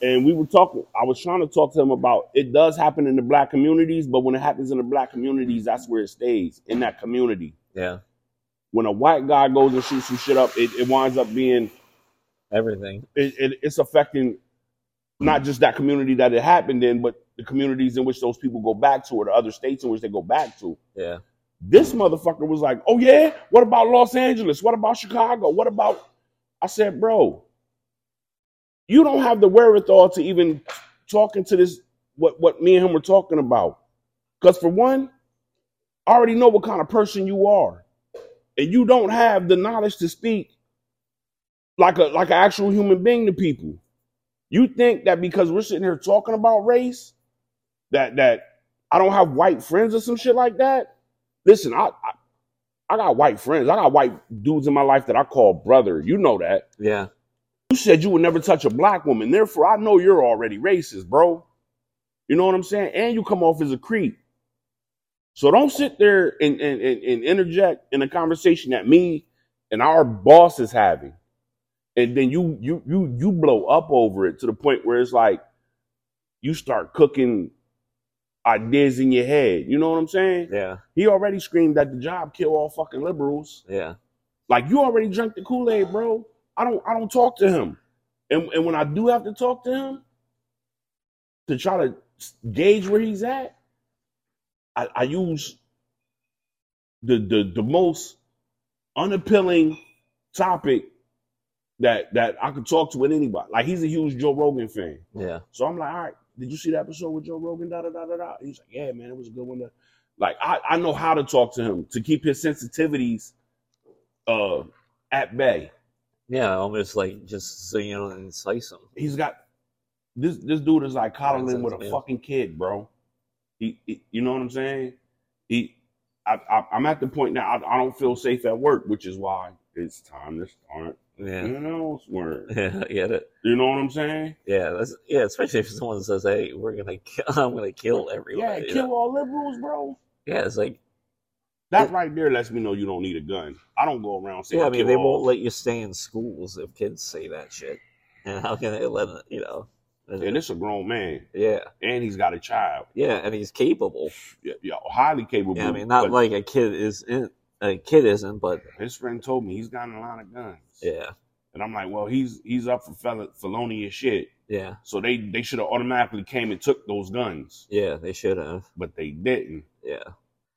Speaker 3: And we were talking. I was trying to talk to him about it does happen in the black communities, but when it happens in the black communities, that's where it stays in that community
Speaker 2: yeah.
Speaker 3: when a white guy goes and shoots some shit up, it, it winds up being
Speaker 2: Everything.
Speaker 3: it, it, it's affecting not just that community that it happened in, but the communities in which those people go back to, or the other states in which they go back to.
Speaker 2: Yeah,
Speaker 3: This motherfucker was like, "Oh yeah, what about Los Angeles? What about Chicago? What about?" I said, "Bro, you don't have the wherewithal to even talking to this what what me and him were talking about, because for one, I already know what kind of person you are, and you don't have the knowledge to speak like a like an actual human being to people. You think that because we're sitting here talking about race, that that I don't have white friends or some shit like that. Listen, I, I I got white friends. I got white dudes in my life that I call brother. You know that.
Speaker 2: yeah,
Speaker 3: You said you would never touch a black woman. Therefore, I know you're already racist, bro. You know what I'm saying? And you come off as a creep. So don't sit there and, and, and, and interject in a conversation that me and our boss is having. And then you you you you blow up over it to the point where it's like you start cooking ideas in your head. You know what I'm saying?
Speaker 2: yeah,
Speaker 3: He already screamed that the job kill all fucking liberals.
Speaker 2: yeah,
Speaker 3: Like you already drank the Kool Aid, bro. I don't I don't talk to him, and and when I do have to talk to him, to try to gauge where he's at, I, I use the the the most unappealing topic that that I could talk to with anybody. Like he's a huge Joe Rogan fan,
Speaker 2: yeah,
Speaker 3: so I'm like, all right, did you see that episode with Joe Rogan? Da da da da da. He's like, yeah, man, it was a good one. Like I, I know how to talk to him to keep his sensitivities uh at bay.
Speaker 2: Yeah, almost like just so you don't incise them.
Speaker 3: He's got this. This dude is like coddling
Speaker 2: Nonsense,
Speaker 3: with a
Speaker 2: man.
Speaker 3: fucking kid, bro. He, he- you know what I'm saying? He, I, I, I'm at the point now. I, I don't feel safe at work, which is why it's time to start
Speaker 2: Yeah.
Speaker 3: an elsewhere.
Speaker 2: Yeah, yeah, that,
Speaker 3: You know what I'm saying?
Speaker 2: yeah, that's, yeah. Especially if someone says, "Hey, we're gonna, kill, I'm gonna kill everyone."
Speaker 3: Yeah,
Speaker 2: you
Speaker 3: kill
Speaker 2: know?
Speaker 3: all liberals, bro.
Speaker 2: yeah. It's like,
Speaker 3: That right there lets me know you don't need a gun. I don't go around saying.
Speaker 2: yeah, I mean,
Speaker 3: "Kill
Speaker 2: they
Speaker 3: all."
Speaker 2: won't let you stay in schools if kids say that shit. And how can they let it, you know?
Speaker 3: And it's a grown man,
Speaker 2: yeah,
Speaker 3: and he's got a child.
Speaker 2: yeah, and he's capable.
Speaker 3: Yeah, yeah, highly capable.
Speaker 2: Yeah, I mean, not
Speaker 3: but
Speaker 2: like a kid is in, a kid isn't, but
Speaker 3: his friend told me he's got a lot of guns.
Speaker 2: yeah,
Speaker 3: And I'm like, well, he's he's up for fel- felonious shit.
Speaker 2: yeah,
Speaker 3: So they they should have automatically came and took those guns,
Speaker 2: yeah. They should have.
Speaker 3: but they didn't.
Speaker 2: Yeah,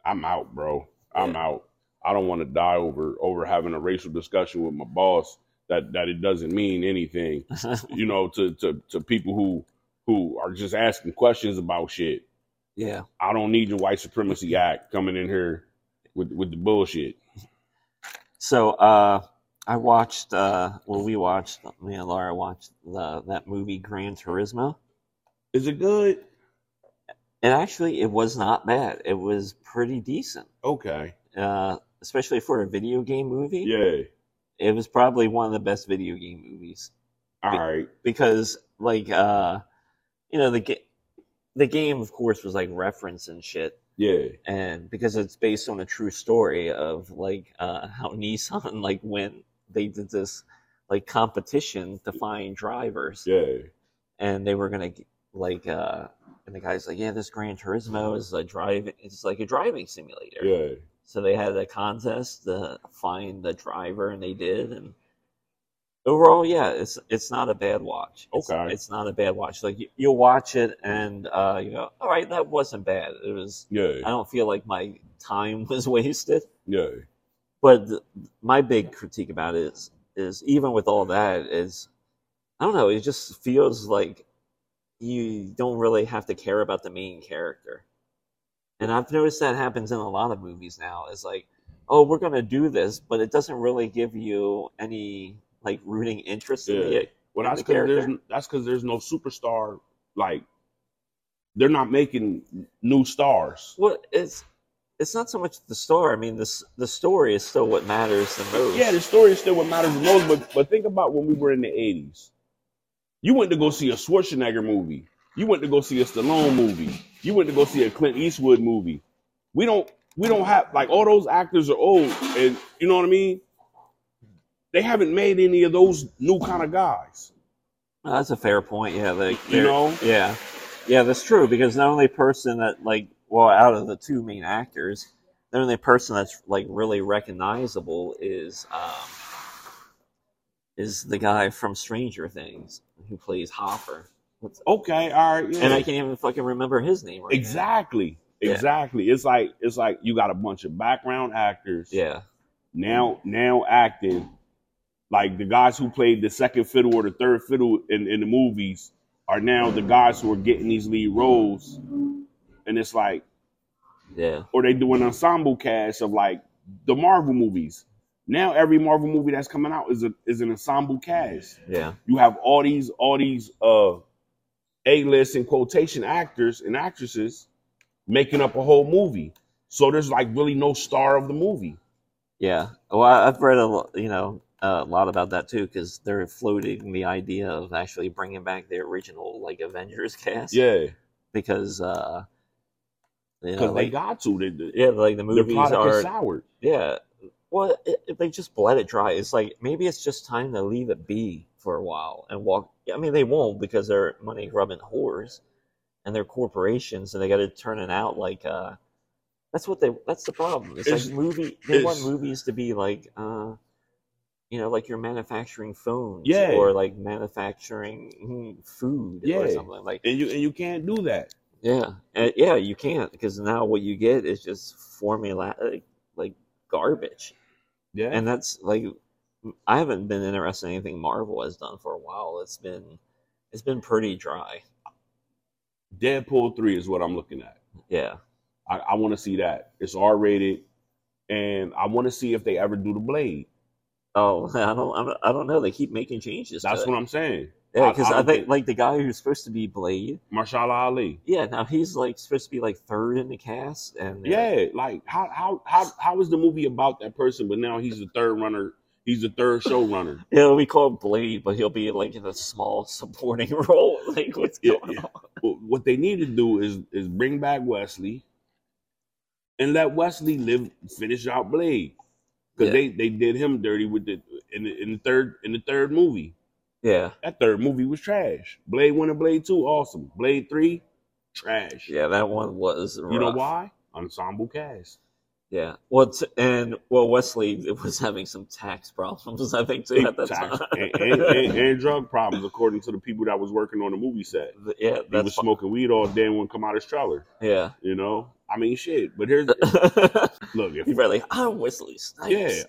Speaker 3: I'm out, bro. I'm out. I don't want to die over over having a racial discussion with my boss that that it doesn't mean anything, you know, to to to people who who are just asking questions about shit.
Speaker 2: yeah.
Speaker 3: I don't need your white supremacy act coming in here with with the bullshit.
Speaker 2: So uh, I watched. Uh, well, we watched. Me and Laura watched the, that movie Gran Turismo,
Speaker 3: Is it good?
Speaker 2: and actually, it was not bad. It was pretty decent,
Speaker 3: Okay.
Speaker 2: uh, especially for a video game movie.
Speaker 3: Yeah.
Speaker 2: It was probably one of the best video game movies
Speaker 3: All right.
Speaker 2: because, like, uh, you know, the ga- the game, of course, was like reference and shit,
Speaker 3: Yeah.
Speaker 2: and because it's based on a true story of like uh, how Nissan like went they did this like competition to find drivers
Speaker 3: Yeah.
Speaker 2: and they were gonna like uh and the guy's like yeah this Gran Turismo is a driving it's like a driving simulator
Speaker 3: Yeah.
Speaker 2: so they had a contest to find the driver and they did and overall yeah it's it's not a bad watch it's,
Speaker 3: Okay.
Speaker 2: it's not a bad watch like you, you'll watch it and uh you go all right that wasn't bad it was I
Speaker 3: Yeah.
Speaker 2: don't feel like my time was wasted.
Speaker 3: Yeah.
Speaker 2: But th- my big critique about it is, is even with all that is, I don't know. It just feels like you don't really have to care about the main character. And I've noticed that happens in a lot of movies now. It's like, oh, we're gonna do this, but it doesn't really give you any like rooting interest in
Speaker 3: Yeah.
Speaker 2: it.
Speaker 3: Well,
Speaker 2: And
Speaker 3: that's
Speaker 2: the
Speaker 3: because there's
Speaker 2: character.
Speaker 3: that's because there's no superstar. Like they're not making new stars.
Speaker 2: Well, it's it's not so much the story. I mean, the s- the story is still what matters the most.
Speaker 3: Yeah, the story is still what matters the most. But but think about when we were in the '80s. You went to go see a Schwarzenegger movie. You went to go see a Stallone movie. You went to go see a Clint Eastwood movie. We don't we don't have like all those actors are old, and you know what I mean. They haven't made any of those new kind of guys.
Speaker 2: Well, that's a fair point. Yeah, like
Speaker 3: You know?
Speaker 2: Yeah, yeah, that's true. Because the only person that like, well, out of the two main actors, the only person that's like really recognizable is um, is the guy from Stranger Things who plays Hopper,
Speaker 3: Okay, all right. yeah.
Speaker 2: and I can't even fucking remember his name right now.
Speaker 3: Exactly.
Speaker 2: Yeah.
Speaker 3: Exactly. It's like it's like you got a bunch of background actors
Speaker 2: Yeah,
Speaker 3: now now acting like the guys who played the second fiddle or the third fiddle in, in the movies are now the guys who are getting these lead roles. And it's like
Speaker 2: yeah,
Speaker 3: or they do an ensemble cast of like the Marvel movies. Now every Marvel movie that's coming out is a is an ensemble cast
Speaker 2: yeah,
Speaker 3: you have all these all these uh a-list and quotation actors and actresses making up a whole movie so there's like really no star of the movie
Speaker 2: yeah. Well, I- I've read a lo- you know a lot about that too because they're floating the idea of actually bringing back the original like Avengers cast.
Speaker 3: yeah
Speaker 2: because uh you
Speaker 3: because
Speaker 2: know,
Speaker 3: they
Speaker 2: like,
Speaker 3: got to they, they,
Speaker 2: yeah like the
Speaker 3: their
Speaker 2: movies
Speaker 3: product is
Speaker 2: are
Speaker 3: soured
Speaker 2: yeah well it, it- they just let it dry it's like maybe it's just time to leave it be for a while and walk i mean they won't because they're money grubbing whores and they're corporations and they got to turn it out like uh that's what they that's the problem it's,
Speaker 3: It's-
Speaker 2: like movie they want
Speaker 3: it's-
Speaker 2: movies to be like uh you know, like you're manufacturing phones
Speaker 3: Yeah.
Speaker 2: or like manufacturing mm, food
Speaker 3: Yeah.
Speaker 2: or something like
Speaker 3: and you and you can't do that
Speaker 2: yeah, and yeah, you can't because now what you get is just formula like, like garbage,
Speaker 3: yeah
Speaker 2: and that's like I haven't been interested in anything Marvel has done for a while. It's been it's been pretty dry.
Speaker 3: deadpool 3 is what i'm looking at
Speaker 2: Yeah,
Speaker 3: i, I want to see that it's r-rated and i want to see if they ever do the blade
Speaker 2: Oh, I don't, I'm, I don't know. They keep making changes.
Speaker 3: That's
Speaker 2: to it.
Speaker 3: what I'm saying.
Speaker 2: Yeah, because
Speaker 3: I- I
Speaker 2: I,
Speaker 3: don't
Speaker 2: think
Speaker 3: think-
Speaker 2: like the guy who's supposed to be Blade.
Speaker 3: Marshall Ali.
Speaker 2: Yeah, now he's like supposed to be like third in the cast, and uh,
Speaker 3: Yeah, like how how how how is the movie about that person? But now he's the third runner. He's the third showrunner.
Speaker 2: it'll be called Blade, but he'll be like in a small supporting role. Like what's
Speaker 3: Yeah,
Speaker 2: going
Speaker 3: yeah.
Speaker 2: on?
Speaker 3: But what they need to do is is bring back Wesley and let Wesley live finish out Blade because
Speaker 2: Yeah.
Speaker 3: they they did him dirty with the in the, in the third in the third movie.
Speaker 2: Yeah,
Speaker 3: That third movie was trash. Blade one and Blade two, awesome. Blade three, trash.
Speaker 2: yeah, that one was.
Speaker 3: You know
Speaker 2: rough.
Speaker 3: why? Ensemble cast.
Speaker 2: Yeah. Well, t- and well, Wesley was having some tax problems, I think, too, at that
Speaker 3: Tax-
Speaker 2: time.
Speaker 3: and, and, and, and drug problems, according to the people that was working on the movie set.
Speaker 2: yeah,
Speaker 3: He was
Speaker 2: that's fu-
Speaker 3: smoking weed all day and wouldn't come out his trailer.
Speaker 2: yeah.
Speaker 3: You know, I mean, shit. But here's look. If,
Speaker 2: He's probably like, I'm Wesley Snipes.
Speaker 3: Yeah,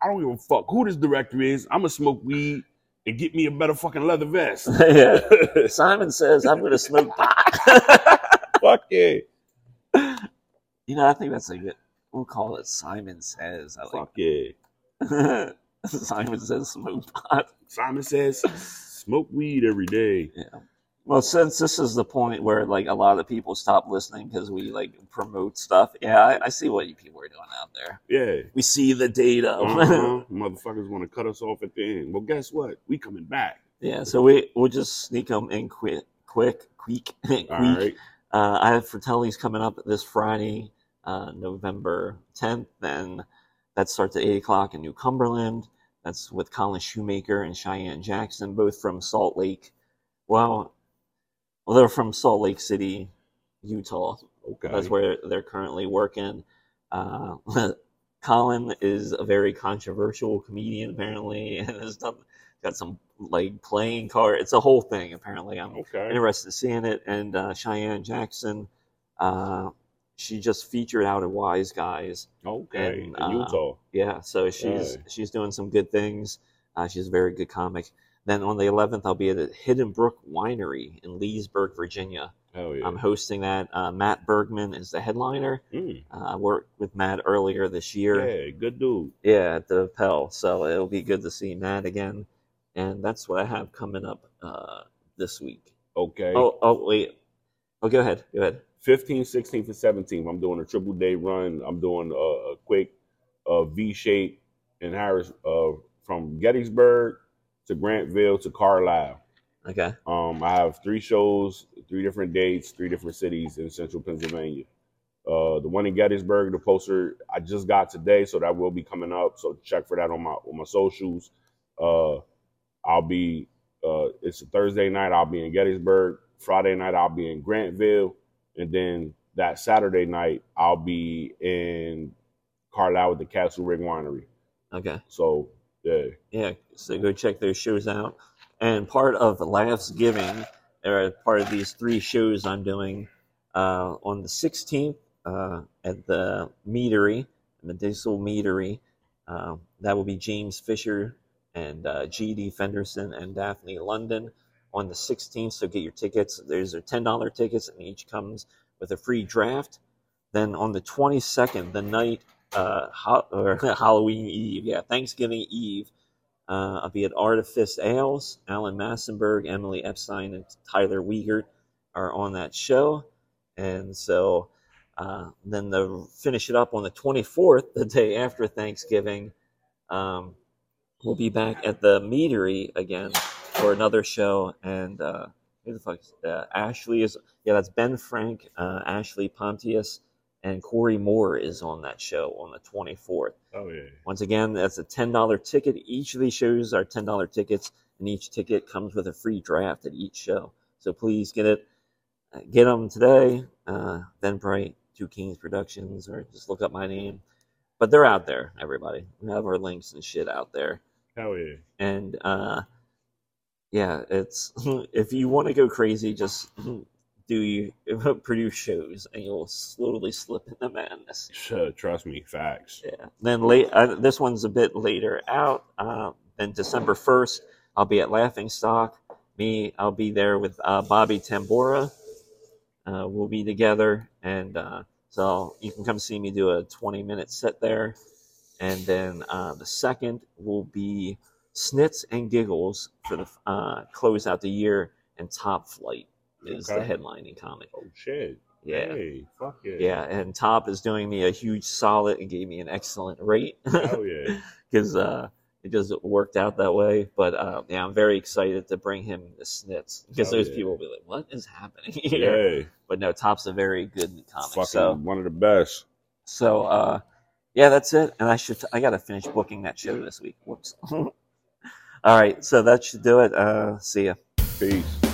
Speaker 3: I don't give a fuck who this director is. I'm gonna smoke weed and get me a better fucking leather vest.
Speaker 2: Yeah. Simon says, I'm going to smoke pot.
Speaker 3: Fuck yeah.
Speaker 2: you know, I think that's a good. We'll call it Simon Says. I
Speaker 3: Fuck yeah.
Speaker 2: like Simon Says smoke pot.
Speaker 3: Simon says, smoke weed every day.
Speaker 2: Well, since this is the point where like a lot of people stop listening because we like promote stuff, yeah, I, I see what you people are doing out there.
Speaker 3: Yeah.
Speaker 2: We see the data.
Speaker 3: Uh-huh. Motherfuckers want to cut us off at the end. Well, guess what? We coming back.
Speaker 2: yeah, so we we'll just sneak them in quick, quick, quick, quick.
Speaker 3: All right.
Speaker 2: Uh, I have Fratelli's coming up this Friday, uh, November 10th, and that starts at 8 o'clock in New Cumberland. That's with Colin Shoemaker and Cheyenne Jackson, both from Salt Lake. Well, well they're from Salt Lake City, Utah.
Speaker 3: Okay.
Speaker 2: That's where they're currently working. Uh, Colin is a very controversial comedian, apparently, and has done, got some like playing card. It's a whole thing, apparently. I'm
Speaker 3: Okay.
Speaker 2: interested in seeing it. And uh, Cheyenne Jackson, uh, she just featured out at Wise Guys.
Speaker 3: Okay.
Speaker 2: And,
Speaker 3: In
Speaker 2: uh,
Speaker 3: Utah.
Speaker 2: Yeah, so she's
Speaker 3: Right.
Speaker 2: she's doing some good things. Uh, she's a very good comic. Then on the 11th, I'll be at Hidden Brook Winery in Leesburg, Virginia.
Speaker 3: Hell yeah.
Speaker 2: I'm hosting that. Uh, Matt Bergman is the headliner.
Speaker 3: Mm.
Speaker 2: Uh, I worked with Matt earlier this year.
Speaker 3: Yeah. Good dude.
Speaker 2: Yeah, at the Pell. So it'll be good to see Matt again. And that's what I have coming up uh, this week.
Speaker 3: Okay.
Speaker 2: Oh, oh, wait. Oh, go ahead. Go ahead.
Speaker 3: 15th, 16th, and 17th. I'm doing a triple day run. I'm doing a, a quick uh, V shape in Harris uh, from Gettysburg to Grantville to Carlisle.
Speaker 2: Okay.
Speaker 3: Um, I have three shows, three different dates, three different cities in central Pennsylvania. Uh, the one in Gettysburg, the poster I just got today, so that will be coming up. So check for that on my on my socials. Uh, I'll be uh, it's a Thursday night. I'll be in Gettysburg. Friday night I'll be in Grantville, and then that Saturday night I'll be in Carlisle at the Castle Rig Winery.
Speaker 2: Okay.
Speaker 3: So yeah,
Speaker 2: Yeah. So go check those shows out. And part of Laughs Giving, or part of these three shows I'm doing uh, on the 16th uh, at the Meadery, Medicinal Meadery. Um, that will be James Fisher and uh, G.D. Fenderson and Daphne London on the 16th. So get your tickets. There's are $10 tickets, and each comes with a free draft. Then on the 22nd, the night uh, ho- or Halloween Eve, yeah, Thanksgiving Eve, uh, I'll be at Artifice Ales. Alan Massenberg, Emily Epstein, and Tyler Wiegert are on that show. And so uh, then the finish it up on the 24th, the day after Thanksgiving. Um, we'll be back at the Meadery again for another show. And uh, who the fuck is uh, Ashley is? Yeah, that's Ben Frank, uh, Ashley Pontius, and Corey Moore is on that show on the 24th.
Speaker 3: oh yeah,
Speaker 2: Once again, that's a $10 ticket. Each of these shows are $10 tickets, and each ticket comes with a free draft at each show. So please get it. uh, Get them today. Uh, ben Bright, Two Kings Productions, or just look up my name. But they're out there, everybody. We have our links and shit out there.
Speaker 3: hell yeah.
Speaker 2: And uh, yeah, it's if you want to go crazy, just do you produce shows, and you'll slowly slip into madness.
Speaker 3: Sure, trust me, facts.
Speaker 2: Yeah. Then late. Uh, this one's a bit later out. Uh, then December first, I'll be at Laughing Stock. Me, I'll be there with uh, Bobby Tambora. Uh, we'll be together, and uh, so you can come see me do a twenty-minute set there. and then uh, the second will be Snits and Giggles for the uh, close out the year, and Top Flight is
Speaker 3: Okay.
Speaker 2: the headlining comic.
Speaker 3: Oh shit.
Speaker 2: Yeah.
Speaker 3: Hey, fuck yeah.
Speaker 2: Yeah, and Top is doing me a huge solid and gave me an excellent rate
Speaker 3: Hell yeah.
Speaker 2: because uh, it just worked out that way. But uh, yeah, I'm very excited to bring him the snits because
Speaker 3: Hell
Speaker 2: those
Speaker 3: yeah.
Speaker 2: people will be like, "What is happening here?"
Speaker 3: Yeah.
Speaker 2: But no, Top's a very good comic.
Speaker 3: Fucking
Speaker 2: So,
Speaker 3: one of the best.
Speaker 2: so uh, yeah, that's it. And I should, I gotta finish booking that show this week. Whoops. All right, so that should do it. Uh, see ya.
Speaker 3: Peace.